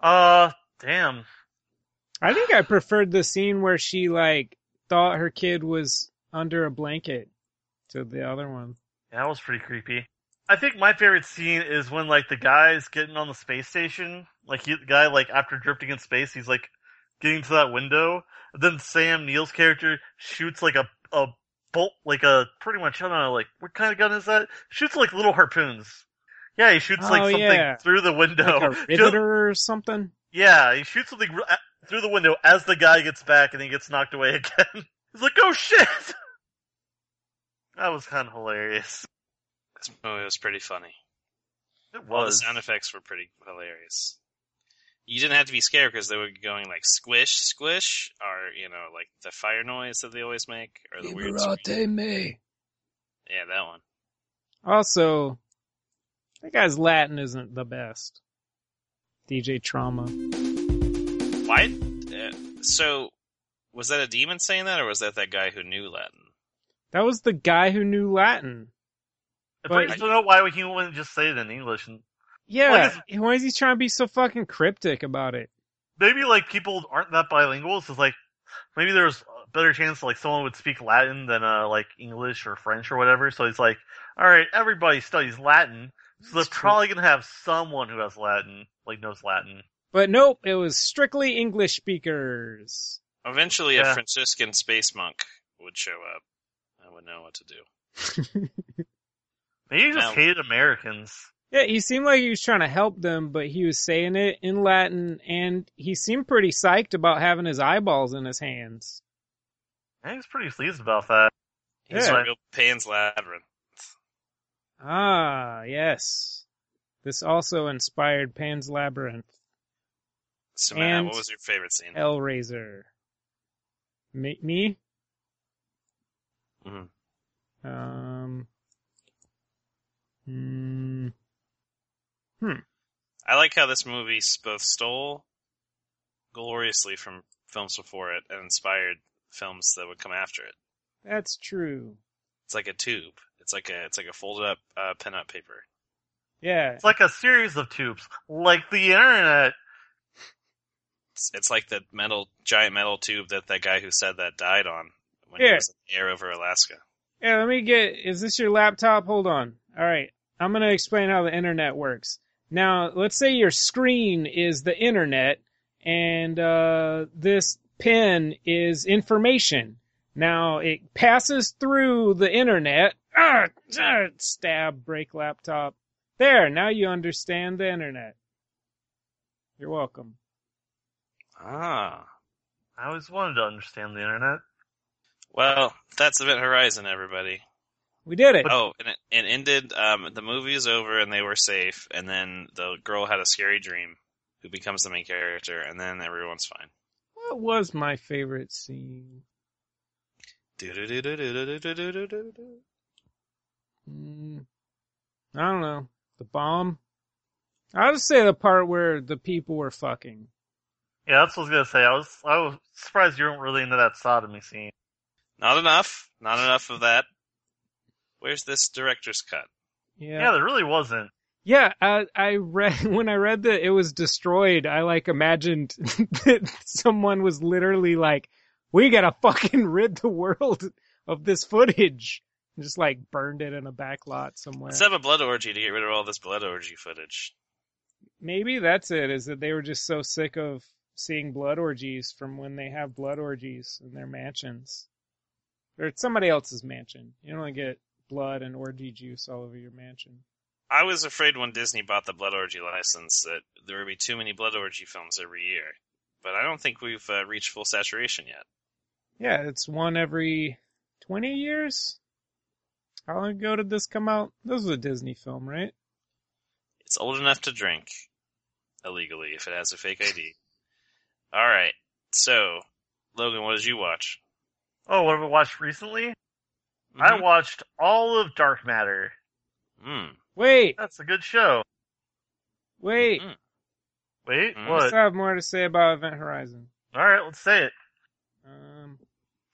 [SPEAKER 1] uh, damn.
[SPEAKER 3] I think I preferred the scene where she like thought her kid was under a blanket to the other one.
[SPEAKER 1] Yeah, that was pretty creepy. I think my favorite scene is when like the guy's getting on the space station. Like he, the guy, like after drifting in space, he's like getting to that window. And then Sam Neill's character shoots like a a bolt, like a pretty much I don't know, like what kind of gun is that? Shoots like little harpoons. Yeah, he shoots like
[SPEAKER 3] Oh,
[SPEAKER 1] something
[SPEAKER 3] yeah.
[SPEAKER 1] through the window.
[SPEAKER 3] Like a
[SPEAKER 1] Oh, Just-
[SPEAKER 3] riveter or something.
[SPEAKER 1] yeah, he shoots something r- a- through the window as the guy gets back, and he gets knocked away again. he's like, "Oh shit!" That was kind of hilarious.
[SPEAKER 2] This movie was pretty funny.
[SPEAKER 1] It
[SPEAKER 2] All the
[SPEAKER 1] was.
[SPEAKER 2] sound effects were pretty hilarious. You didn't have to be scared because they were going like squish, squish, or you know, like the fire noise that they always make, or the weird. scream. Yeah, that one.
[SPEAKER 3] Also, that guy's Latin isn't the best. DJ Trauma.
[SPEAKER 2] Why? Uh, so, was that a demon saying that, or was that that guy who knew Latin?
[SPEAKER 3] That was the guy who knew Latin.
[SPEAKER 1] I pretty much don't know why he wouldn't just say it in English. And
[SPEAKER 3] Yeah.
[SPEAKER 1] Why
[SPEAKER 3] Why is he trying to be so fucking cryptic about it?
[SPEAKER 1] maybe like people aren't that bilingual, so it's like maybe there's a better chance like someone would speak Latin than uh like English or French or whatever. So he's like, all right, everybody studies Latin, so they're
[SPEAKER 3] That's true.
[SPEAKER 1] probably gonna have someone who has Latin, like knows Latin.
[SPEAKER 3] But nope, it was strictly English speakers.
[SPEAKER 2] Eventually,
[SPEAKER 1] Yeah.
[SPEAKER 2] a Franciscan space monk would show up. I would know what to do.
[SPEAKER 1] Maybe he just
[SPEAKER 2] No.
[SPEAKER 1] hated Americans.
[SPEAKER 3] Yeah, he seemed like he was trying to help them, but he was saying it in Latin, and he seemed pretty psyched about having his eyeballs in his hands.
[SPEAKER 1] I think he's pretty pleased about that.
[SPEAKER 2] He's
[SPEAKER 1] Yeah.
[SPEAKER 2] a real Pan's Labyrinth.
[SPEAKER 3] Ah, yes. This also inspired Pan's Labyrinth.
[SPEAKER 2] So, Matt,
[SPEAKER 3] And-
[SPEAKER 2] what was your favorite scene?
[SPEAKER 3] Hellraiser. Me? me?
[SPEAKER 2] Mhm.
[SPEAKER 3] Um. Hmm.
[SPEAKER 2] I like how this movie s- both stole gloriously from films before it and inspired films that would come after it.
[SPEAKER 3] That's true.
[SPEAKER 2] It's like a tube. It's like a it's like a folded up uh, pinup paper.
[SPEAKER 3] Yeah.
[SPEAKER 1] It's like a series of tubes, like the internet.
[SPEAKER 2] It's, it's like the metal giant metal tube that that guy who said that died on when he
[SPEAKER 3] Yeah.
[SPEAKER 2] was in the air over Alaska.
[SPEAKER 3] Yeah, let me get. Is this your laptop? Hold on. All right. I'm going to explain how the internet works. Now, let's say your screen is the internet and uh, this pin is information. Now, it passes through the internet. Ah, ah, stab, break laptop. There, now you understand the internet. You're welcome.
[SPEAKER 2] Ah.
[SPEAKER 1] I always wanted to understand the internet.
[SPEAKER 2] Well, that's Event Horizon, everybody.
[SPEAKER 3] We did it.
[SPEAKER 2] Oh, and it, it ended. Um, the movie is over, and they were safe. And then the girl had a scary dream, who becomes the main character, and then everyone's fine.
[SPEAKER 3] What was my favorite scene?
[SPEAKER 2] Do-do-do-do-do-do-do-do-do-do-do.
[SPEAKER 3] Mm, I don't know. The bomb. I would say the part where the people were fucking.
[SPEAKER 1] Yeah, that's what I was gonna say. I was I was surprised you weren't really into that sodomy scene.
[SPEAKER 2] Not enough. Not enough of that. Where's this director's cut?
[SPEAKER 1] Yeah,
[SPEAKER 3] Yeah.
[SPEAKER 1] there really wasn't.
[SPEAKER 3] Yeah. I, I read when I read that it was destroyed. I like imagined that someone was literally like, "We gotta fucking rid the world of this footage." And just like burned it in a back lot somewhere.
[SPEAKER 2] Let's have a blood orgy to get rid of all this blood orgy footage.
[SPEAKER 3] Maybe that's it. Is that they were just so sick of seeing blood orgies from when they have blood orgies in their mansions, or it's somebody else's mansion. You don't get blood and orgy juice all over your mansion.
[SPEAKER 2] I was afraid when Disney bought the blood orgy license that there would be too many blood orgy films every year. But I don't think we've uh, reached full saturation yet.
[SPEAKER 3] Yeah, it's one every twenty years. How long ago did this come out? This was a Disney film, right?
[SPEAKER 2] It's old enough to drink illegally if it has a fake ID. All right. So, Logan, what did you watch?
[SPEAKER 1] Oh, what have I watched recently? I watched all of Dark Matter.
[SPEAKER 2] Mm.
[SPEAKER 3] Wait,
[SPEAKER 1] That's a good show.
[SPEAKER 3] wait.
[SPEAKER 2] Mhm.
[SPEAKER 1] Wait,
[SPEAKER 2] Mm.
[SPEAKER 3] I
[SPEAKER 1] what?
[SPEAKER 3] still have more to say about Event Horizon.
[SPEAKER 1] All right, let's say it.
[SPEAKER 3] Um,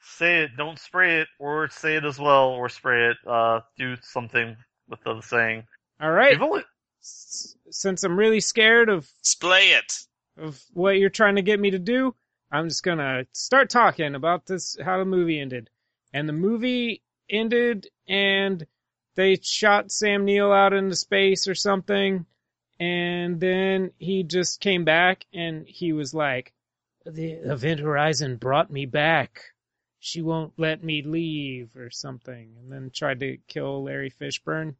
[SPEAKER 1] Say it. Don't spray it, or say it as well, or spray it. Uh, do something with the saying.
[SPEAKER 3] all right.
[SPEAKER 1] You've only-
[SPEAKER 3] S- since I'm really scared of
[SPEAKER 2] Splay it.
[SPEAKER 3] of what you're trying to get me to do. I'm just gonna start talking about this how the movie ended. And the movie ended and they shot Sam Neill out into space or something. And then he just came back and he was like, The Event Horizon brought me back. She won't let me leave or something. And then tried to kill Larry Fishburne.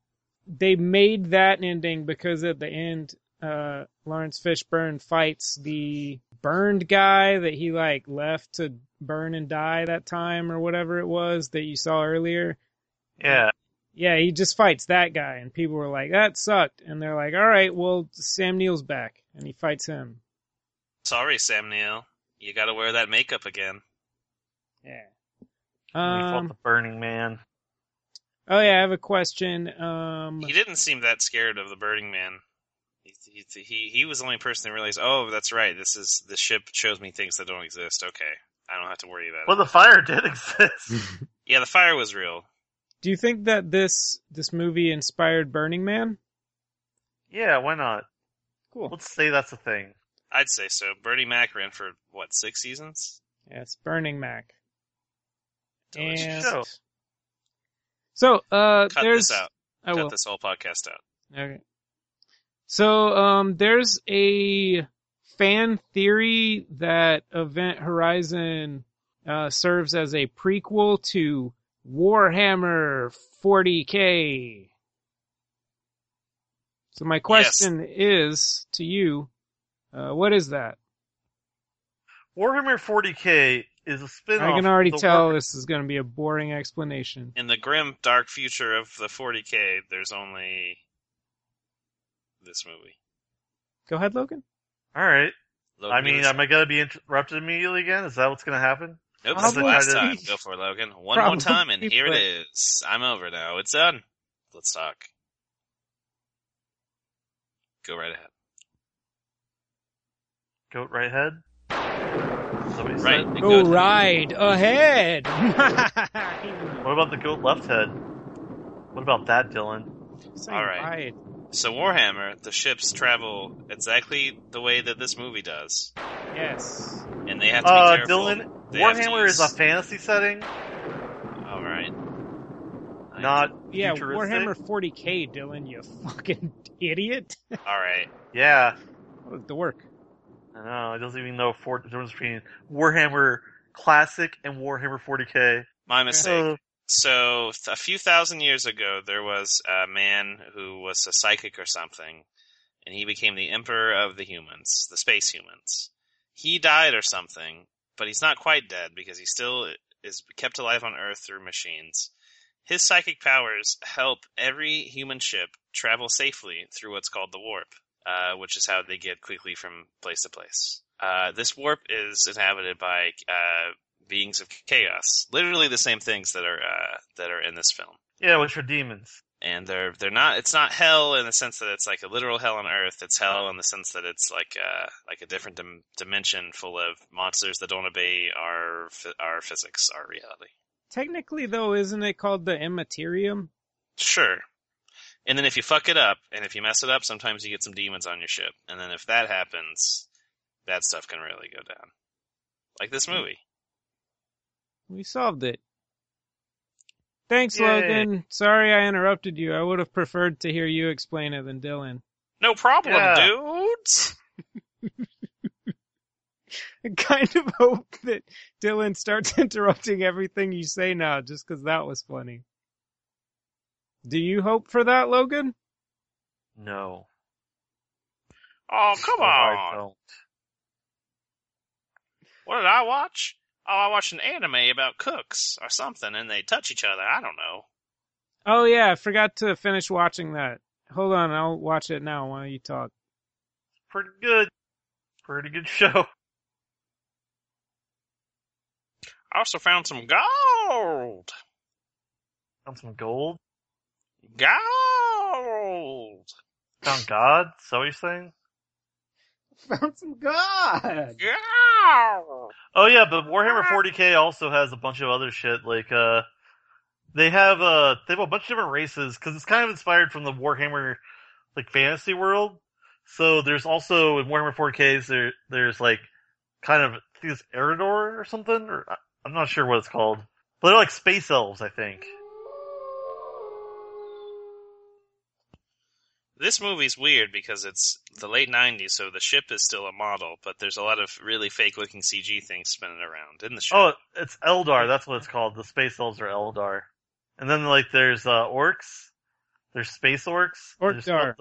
[SPEAKER 3] They made that ending because at the end uh, Lawrence Fishburne fights the burned guy that he like left to burn and die that time or whatever it was that you saw earlier.
[SPEAKER 1] yeah,
[SPEAKER 3] Yeah, he just fights that guy, and people were like, "That sucked," and they're like, "All right, well, Sam Neill's back, and he fights him."
[SPEAKER 2] Sorry, Sam Neill. You gotta wear that makeup again.
[SPEAKER 3] Yeah.
[SPEAKER 1] we fought
[SPEAKER 3] Um.
[SPEAKER 1] the Burning Man.
[SPEAKER 3] Oh yeah, I have a question. Um.
[SPEAKER 2] He didn't seem that scared of the Burning Man. He, he, he, he was the only person that realized, oh, that's right, this is the ship shows me things that don't exist. Okay. I don't have to worry about it.
[SPEAKER 1] Well, the fire did exist.
[SPEAKER 2] yeah, the fire was real.
[SPEAKER 3] Do you think that this this movie inspired Burning Man?
[SPEAKER 1] yeah, why not?
[SPEAKER 3] Cool.
[SPEAKER 1] Let's say that's a thing.
[SPEAKER 2] I'd say so. Bernie Mac ran for, what, six seasons?
[SPEAKER 3] Yes, Burning Mac.
[SPEAKER 2] Delicious.
[SPEAKER 3] And-
[SPEAKER 1] show.
[SPEAKER 3] So, uh,
[SPEAKER 2] Cut
[SPEAKER 3] there's
[SPEAKER 2] this out.
[SPEAKER 3] I
[SPEAKER 2] Cut
[SPEAKER 3] will.
[SPEAKER 2] this whole podcast out.
[SPEAKER 3] Okay. So, um, there's a fan theory that Event Horizon uh, serves as a prequel to Warhammer 40k. So my question is to you, uh, what is that?
[SPEAKER 1] Warhammer 40k is a spin
[SPEAKER 3] I can already tell this is going to be a boring explanation.
[SPEAKER 2] in the grim, dark future of the 40k, there's only this movie.
[SPEAKER 3] Go ahead, Logan.
[SPEAKER 1] All right.
[SPEAKER 2] Logan,
[SPEAKER 1] I mean,
[SPEAKER 2] you're-
[SPEAKER 1] am I gonna be interrupted immediately again? Is that what's gonna happen?
[SPEAKER 2] nope, this is the
[SPEAKER 1] Probably.
[SPEAKER 2] last time. Go for it, Logan. One
[SPEAKER 3] Probably,
[SPEAKER 2] more time, and here it
[SPEAKER 3] but-
[SPEAKER 2] is. I'm over now. It's done. Let's talk. Go right ahead.
[SPEAKER 1] Goat right head? Is that what you
[SPEAKER 2] Right.
[SPEAKER 1] said?
[SPEAKER 2] the
[SPEAKER 3] Go
[SPEAKER 2] goat-
[SPEAKER 3] ride ahead.
[SPEAKER 1] What about the goat left head? What about that, Dylan?
[SPEAKER 2] All right. So Warhammer, the ships travel exactly the way that this movie does,
[SPEAKER 3] Ride. Yes.
[SPEAKER 2] and they have to be
[SPEAKER 1] Uh,
[SPEAKER 2] careful.
[SPEAKER 1] Dylan,
[SPEAKER 2] They have to
[SPEAKER 1] Warhammer is a
[SPEAKER 2] use-
[SPEAKER 1] fantasy setting,
[SPEAKER 2] All right. I-
[SPEAKER 1] not
[SPEAKER 3] Yeah,
[SPEAKER 1] futuristic.
[SPEAKER 3] Warhammer 40k, Dylan, you fucking idiot.
[SPEAKER 2] All right.
[SPEAKER 1] Yeah,
[SPEAKER 3] What a dork.
[SPEAKER 1] I know. It doesn't even know for, the difference between Warhammer Classic and Warhammer 40k.
[SPEAKER 2] My mistake.
[SPEAKER 1] Uh,
[SPEAKER 2] So th- a few thousand years ago, there was a man who was a psychic or something, and he became the emperor of the humans, the space humans. He died or something, but he's not quite dead because he still is kept alive on Earth through machines. His psychic powers help every human ship travel safely through what's called the warp, uh, which is how they get quickly from place to place. Uh, this warp is inhabited by uh, beings of chaos, literally the same things that are uh, that are in this film.
[SPEAKER 1] yeah, which are demons.
[SPEAKER 2] And they're they're not. It's not hell in the sense that it's like a literal hell on earth. It's hell in the sense that it's like uh like a different dim- dimension full of monsters that don't obey our phy- our physics, our reality.
[SPEAKER 3] Technically, though, isn't it called the Immaterium?
[SPEAKER 2] Sure. And then if you fuck it up, and if you mess it up, sometimes you get some demons on your ship. And then if that happens, that stuff can really go down. Like this movie.
[SPEAKER 3] We solved it. Thanks,
[SPEAKER 1] Yay.
[SPEAKER 3] Logan. Sorry I interrupted you. I would have preferred to hear you explain it than Dylan.
[SPEAKER 2] No problem,
[SPEAKER 1] Yeah.
[SPEAKER 2] dudes.
[SPEAKER 3] I kind of hope that Dylan starts interrupting everything you say now just because that was funny. Do you hope for that, Logan?
[SPEAKER 1] No.
[SPEAKER 2] Oh, come
[SPEAKER 1] No, I
[SPEAKER 2] on.
[SPEAKER 1] don't.
[SPEAKER 2] What did I watch? Oh, I watched an anime about cooks or something, and they touch each other. I don't know.
[SPEAKER 3] Oh, yeah, I forgot to finish watching that. Hold on, I'll watch it now while you talk.
[SPEAKER 1] Pretty good. Pretty good show.
[SPEAKER 2] I also found some gold.
[SPEAKER 1] Found some gold.
[SPEAKER 2] Gold.
[SPEAKER 1] Found God. Is that what you're saying?
[SPEAKER 3] Found some God!
[SPEAKER 2] Gold.
[SPEAKER 1] Oh yeah, but Warhammer 40k also has a bunch of other shit. Like uh, they have uh, they have a bunch of different races because it's kind of inspired from the Warhammer like fantasy world. So there's also in Warhammer 40k's there there's like kind of I think it's Eridor or something or I- I'm not sure what it's called, but they're like space elves, I think.
[SPEAKER 2] This movie's weird because it's the late 90s, so the ship is still a model, but there's a lot of really fake looking CG things spinning around in the ship.
[SPEAKER 1] Oh, it's Eldar. That's what it's called. The space elves are Eldar. And then like there's uh, orcs. There's space orcs.
[SPEAKER 3] Orc
[SPEAKER 1] There's-
[SPEAKER 3] dar.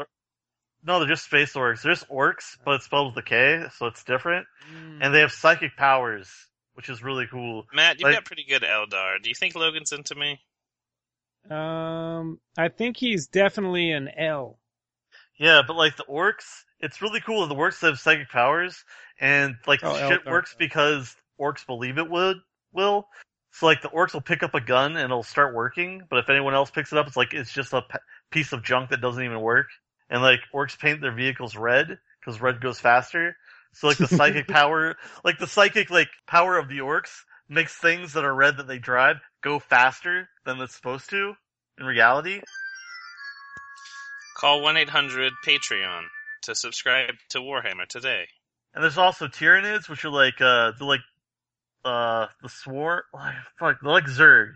[SPEAKER 1] No, they're just space orcs. They're just orcs, but it spells the K, so it's different.
[SPEAKER 3] Mm-hmm.
[SPEAKER 1] And they have psychic powers, which is really cool.
[SPEAKER 2] Matt, you've
[SPEAKER 1] like-
[SPEAKER 2] got pretty good Eldar. Do you think Logan's into me?
[SPEAKER 3] Um, I think he's definitely an L.
[SPEAKER 1] Yeah, but like the orcs, it's really cool that the orcs have psychic powers, and like the
[SPEAKER 3] Oh,
[SPEAKER 1] shit
[SPEAKER 3] Eldar.
[SPEAKER 1] works because orcs believe it would will. So like the orcs will pick up a gun and it'll start working, but if anyone else picks it up, it's like it's just a p- piece of junk that doesn't even work. And like orcs paint their vehicles red because red goes faster. So like the psychic power, like the psychic like power of the orcs makes things that are red that they drive go faster than it's supposed to in reality.
[SPEAKER 2] Call 1 800 Patreon to subscribe to Warhammer today.
[SPEAKER 1] And there's also Tyranids, which are like uh they're like uh the swarm like fuck, they're like Zerg.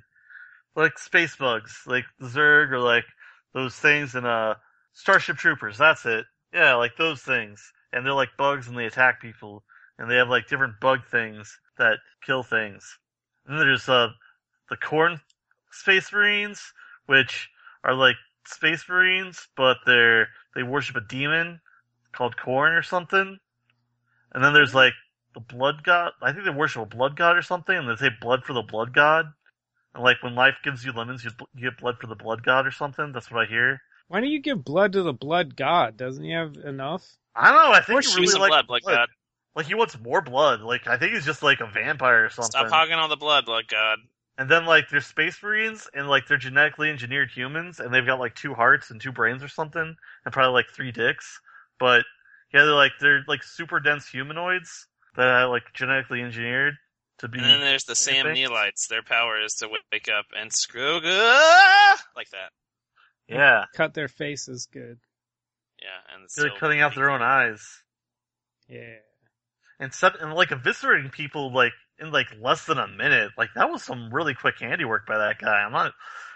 [SPEAKER 1] They're like space bugs. Like the Zerg or like those things and uh Starship Troopers, that's it. Yeah, like those things. And they're like bugs and they attack people. And they have like different bug things that kill things. And then there's uh the corn space marines, which are like space marines, but they're they worship a demon called corn or something. And then there's like the blood god. I think they worship a blood god or something, and they say blood for the blood god. And like when life gives you lemons, you, you get blood for the blood god or something. That's what I hear.
[SPEAKER 3] Why don't you give blood to the blood god? Doesn't he have enough?
[SPEAKER 1] I don't know. I think he
[SPEAKER 2] Shoot
[SPEAKER 1] really
[SPEAKER 2] some
[SPEAKER 1] like
[SPEAKER 2] blood, blood god.
[SPEAKER 1] Like he wants more blood. Like I think he's just like a vampire or something.
[SPEAKER 2] Stop hogging all the blood, blood god.
[SPEAKER 1] and then like there's space marines and like they're genetically engineered humans and they've got like two hearts and two brains or something and probably like three dicks. But Yeah, they're like they're like super dense humanoids that are like genetically engineered to be.
[SPEAKER 2] And then there's the Sam
[SPEAKER 1] Anything?
[SPEAKER 2] Neelites. Their power is to wake up and screw like that.
[SPEAKER 1] yeah,
[SPEAKER 3] Cut their faces good.
[SPEAKER 2] Yeah, and
[SPEAKER 1] they're
[SPEAKER 2] so-
[SPEAKER 1] cutting out their own eyes
[SPEAKER 3] Yeah.
[SPEAKER 1] and sub- and like eviscerating people like in like less than a minute. Like that was some really quick handiwork by that guy. I'm not.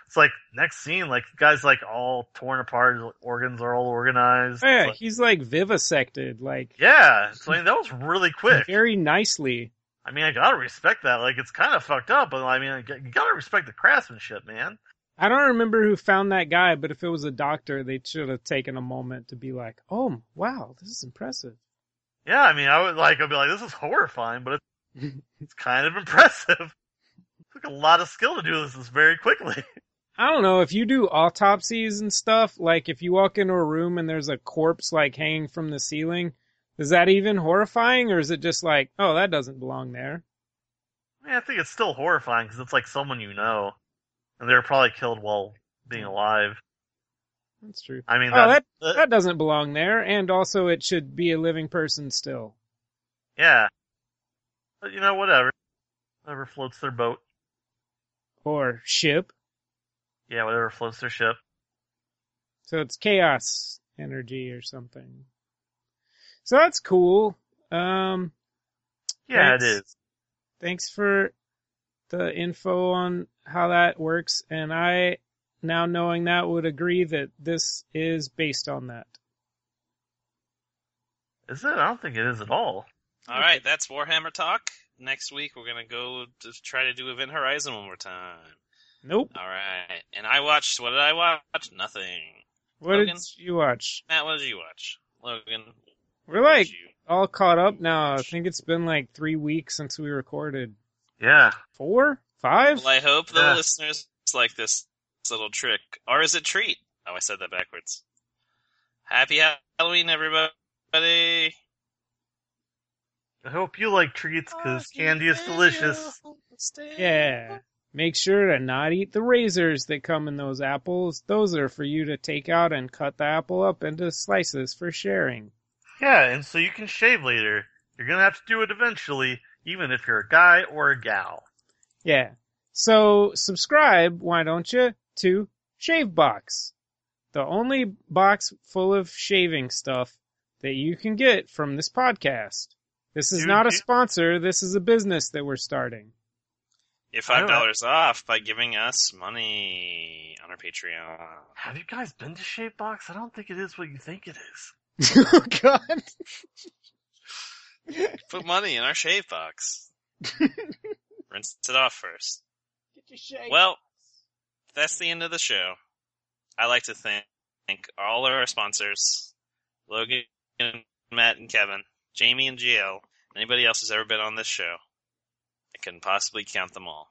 [SPEAKER 1] It's like next scene, like the guy's like all torn apart, his organs are all organized.
[SPEAKER 3] Oh, yeah,
[SPEAKER 1] It's like-
[SPEAKER 3] he's like vivisected, like
[SPEAKER 1] yeah. So I mean, that was really quick.
[SPEAKER 3] very nicely.
[SPEAKER 1] I mean, I gotta respect that. Like, it's kind of fucked up, but I mean, I g- you gotta respect the craftsmanship, man.
[SPEAKER 3] I don't remember who found that guy, but if it was a doctor, they should have taken a moment to be like, "Oh, wow, this is impressive."
[SPEAKER 1] Yeah, I mean, I would like, I'd be like, this is horrifying, but it's, it's kind of impressive. took a lot of skill to do this, this very quickly.
[SPEAKER 3] I don't know if you do autopsies and stuff. Like, if you walk into a room and there's a corpse like hanging from the ceiling, is that even horrifying, or is it just like, "Oh, that doesn't belong there"?
[SPEAKER 1] I mean, I think it's still horrifying because it's like someone you know, and they were probably killed while being alive.
[SPEAKER 3] That's true.
[SPEAKER 1] I mean,
[SPEAKER 3] Oh,
[SPEAKER 1] that,
[SPEAKER 3] that
[SPEAKER 1] uh,
[SPEAKER 3] that doesn't belong there, and also it should be a living person still.
[SPEAKER 1] yeah. But you know, whatever. Whatever floats their boat.
[SPEAKER 3] or ship.
[SPEAKER 1] Yeah, whatever floats their ship.
[SPEAKER 3] So it's chaos energy or something. So that's cool. Um,
[SPEAKER 1] Yeah, it
[SPEAKER 3] Thanks.
[SPEAKER 1] is.
[SPEAKER 3] thanks for the info on how that works. And I, now knowing that, would agree that this is based on that.
[SPEAKER 1] Is it? I don't think it is at all.
[SPEAKER 2] All right, that's Warhammer Talk. Next week, we're going to go to try to do Event Horizon one more time.
[SPEAKER 3] Nope.
[SPEAKER 2] All right. And I watched, what did I watch? Nothing.
[SPEAKER 3] What
[SPEAKER 2] Logan?
[SPEAKER 3] did you watch?
[SPEAKER 2] Matt, what did you watch? Logan,
[SPEAKER 3] We're
[SPEAKER 2] what
[SPEAKER 3] like
[SPEAKER 2] did you?
[SPEAKER 3] all caught up now. I think it's been like three weeks since we recorded.
[SPEAKER 1] Yeah.
[SPEAKER 3] Four? Five?
[SPEAKER 2] Well, I hope the
[SPEAKER 1] Yeah.
[SPEAKER 2] listeners like this little trick. Or is it treat? Oh, I said that backwards. Happy Halloween, everybody.
[SPEAKER 1] I hope you like treats because
[SPEAKER 2] Oh,
[SPEAKER 1] candy is delicious.
[SPEAKER 3] Yeah. Make sure to not eat the razors that come in those apples. Those are for you to take out and cut the apple up into slices for sharing.
[SPEAKER 1] Yeah, and so you can shave later. You're gonna have to do it eventually, even if you're a guy or a gal.
[SPEAKER 3] Yeah. So subscribe, why don't you, to Shave Box. The only box full of shaving stuff that you can get from this podcast. This is
[SPEAKER 1] You
[SPEAKER 3] not a
[SPEAKER 1] do-
[SPEAKER 3] sponsor, this is a business that we're starting.
[SPEAKER 2] You're five dollars off by giving us money on our Patreon.
[SPEAKER 1] Have you guys been to Shape Box? I don't think it is what you think it is.
[SPEAKER 3] oh god.
[SPEAKER 2] Put money in our shave box. Rinse it off first. Well, that's the end of the show. I like to thank, thank all of our sponsors Logan, Matt, and Kevin, Jamie, and GL, anybody else who's ever been on this show. I couldn't possibly count them all.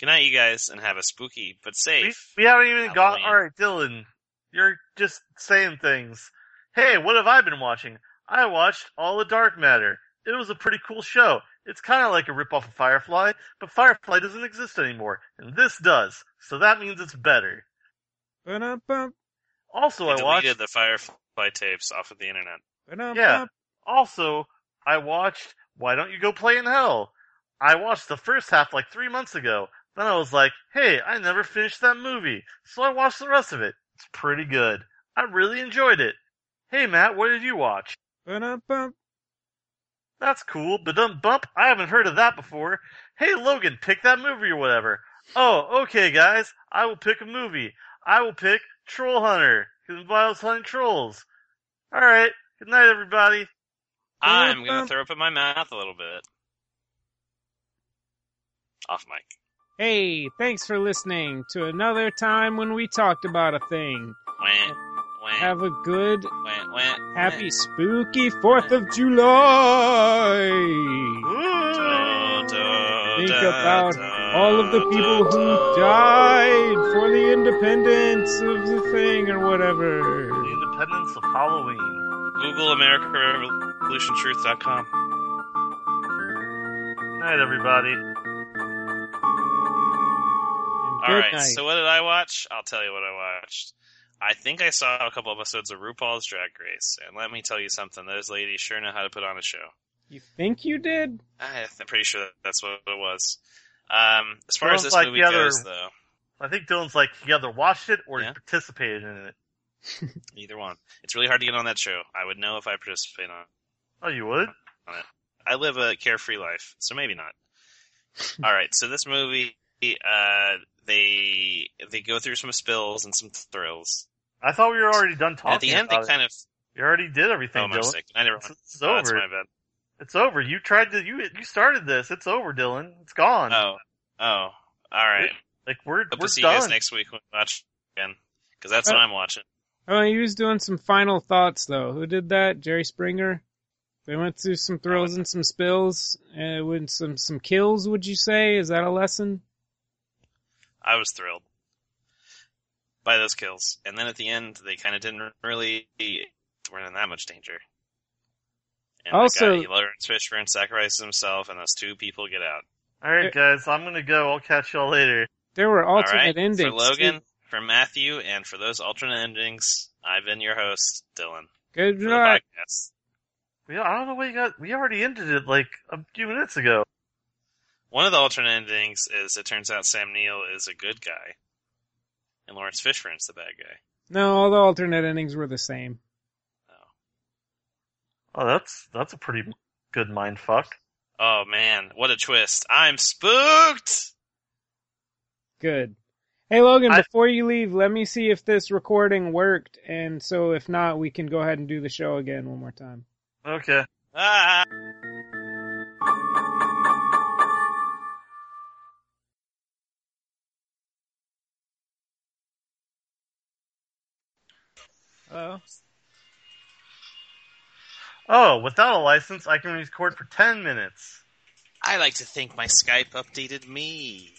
[SPEAKER 2] Good night, you guys, and have a spooky but
[SPEAKER 1] We,
[SPEAKER 2] safe.
[SPEAKER 1] we haven't even got.
[SPEAKER 2] Halloween.
[SPEAKER 1] All right, Dylan, you're just saying things. Hey, what have I been watching? I watched All the Dark Matter. It was a pretty cool show. It's kind of like a ripoff of Firefly, but Firefly doesn't exist anymore, and this does. So that means it's better.
[SPEAKER 3] Ba-dum-bum,
[SPEAKER 1] Also,
[SPEAKER 2] They
[SPEAKER 1] I watched.
[SPEAKER 2] deleted the Firefly tapes off of the internet.
[SPEAKER 3] ba-dum-bum.
[SPEAKER 1] Yeah. Also, I watched Why Don't You Go Play in Hell? I watched the first half like three months ago. Then I was like, hey, I never finished that movie. So I watched the rest of it. It's pretty good. I really enjoyed it. Hey, Matt, what did you watch?
[SPEAKER 3] Ba-dum-bum.
[SPEAKER 1] That's cool, but dumb bump, I haven't heard of that before. Hey, Logan, pick that movie or whatever. Oh, okay, guys, I will pick a movie. I will pick Troll Hunter, because I was hunting trolls. Alright, good night, everybody.
[SPEAKER 2] I'm gonna throw up in my mouth a little bit. Off mic.
[SPEAKER 3] Hey, thanks for listening to another time when we talked about a thing.
[SPEAKER 2] Wah, wah,
[SPEAKER 3] Have a good,
[SPEAKER 2] wah, wah,
[SPEAKER 3] happy, spooky 4th of July!
[SPEAKER 2] wah. Da, da,
[SPEAKER 3] Think
[SPEAKER 2] da,
[SPEAKER 3] about
[SPEAKER 2] da,
[SPEAKER 3] all of the
[SPEAKER 2] da,
[SPEAKER 3] people
[SPEAKER 2] da.
[SPEAKER 3] who died for the independence of the thing or whatever.
[SPEAKER 1] The Independence of Halloween.
[SPEAKER 2] Google AmericaRevolutionTruth.com.
[SPEAKER 1] Night, everybody.
[SPEAKER 3] And
[SPEAKER 2] All
[SPEAKER 3] good
[SPEAKER 2] right.
[SPEAKER 3] night.
[SPEAKER 2] So what did I watch? I'll tell you what I watched. I think I saw a couple episodes of RuPaul's Drag Race, and let me tell you something: those ladies sure know how to put on a show.
[SPEAKER 3] You think you did?
[SPEAKER 2] I- I'm pretty sure that that's what it was. Um, as far
[SPEAKER 1] Well,
[SPEAKER 2] as this
[SPEAKER 1] like
[SPEAKER 2] movie
[SPEAKER 1] the other-
[SPEAKER 2] goes, though,
[SPEAKER 1] I think Dylan's like he either watched it or he
[SPEAKER 2] Yeah.
[SPEAKER 1] participated in it.
[SPEAKER 2] either one, it's really hard to get on that show. I would know if I participate on.
[SPEAKER 1] Oh, you would?
[SPEAKER 2] I live a carefree life, so maybe not. All right, so this movie, uh, they they go through some spills and some thrills.
[SPEAKER 1] I thought we were already done talking.
[SPEAKER 2] At the end, they
[SPEAKER 1] about it.
[SPEAKER 2] kind of.
[SPEAKER 1] You already did
[SPEAKER 2] Oh,
[SPEAKER 1] everything,
[SPEAKER 2] my
[SPEAKER 1] Dylan.
[SPEAKER 2] mistake. I never.
[SPEAKER 1] It's, it's
[SPEAKER 2] Oh, that's
[SPEAKER 1] over.
[SPEAKER 2] my bad.
[SPEAKER 1] It's over. You tried to. You you started this. It's over, Dylan. It's gone.
[SPEAKER 2] Oh, oh, all right.
[SPEAKER 1] like we're
[SPEAKER 2] Hope
[SPEAKER 1] we're
[SPEAKER 2] to see you
[SPEAKER 1] done. Uh,
[SPEAKER 2] guys next week when we watch again, because that's what
[SPEAKER 3] Oh.
[SPEAKER 2] I'm watching.
[SPEAKER 3] Oh, he was doing some final thoughts though. Who did that? Jerry Springer. They went through some thrills and some spills, and with some some kills. Would you say is that a lesson?
[SPEAKER 2] I was thrilled by those kills, and then at the end, they kind of didn't really weren't in that much danger. And the
[SPEAKER 3] Also-
[SPEAKER 2] guy, he learns Fishburne sacrifices himself, and those two people get out.
[SPEAKER 1] All right, guys. I'm gonna go. I'll catch y'all later.
[SPEAKER 3] There were alternate
[SPEAKER 2] All right,
[SPEAKER 3] endings.
[SPEAKER 2] for Logan, for Matthew, and for those alternate endings. I've been your host, Dylan.
[SPEAKER 3] Good
[SPEAKER 2] For the
[SPEAKER 3] luck.
[SPEAKER 2] podcast.
[SPEAKER 1] We, I don't know what you got. We already ended it like a few minutes ago.
[SPEAKER 2] One of the alternate endings is it turns out Sam Neill is a good guy, and Lawrence Fishburne's the bad guy.
[SPEAKER 3] No, all the alternate endings were the same.
[SPEAKER 1] Oh, that's that's a pretty good mind fuck.
[SPEAKER 2] Oh man, what a twist! I'm spooked.
[SPEAKER 3] Good. Hey Logan,
[SPEAKER 1] I-
[SPEAKER 3] before you leave, let me see if this recording worked, and so if not, we can go ahead and do the show again one more time.
[SPEAKER 1] Okay.
[SPEAKER 2] Ah.
[SPEAKER 3] Hello.
[SPEAKER 1] Oh, without a license, I can record for ten minutes.
[SPEAKER 2] I like to think my Skype updated me.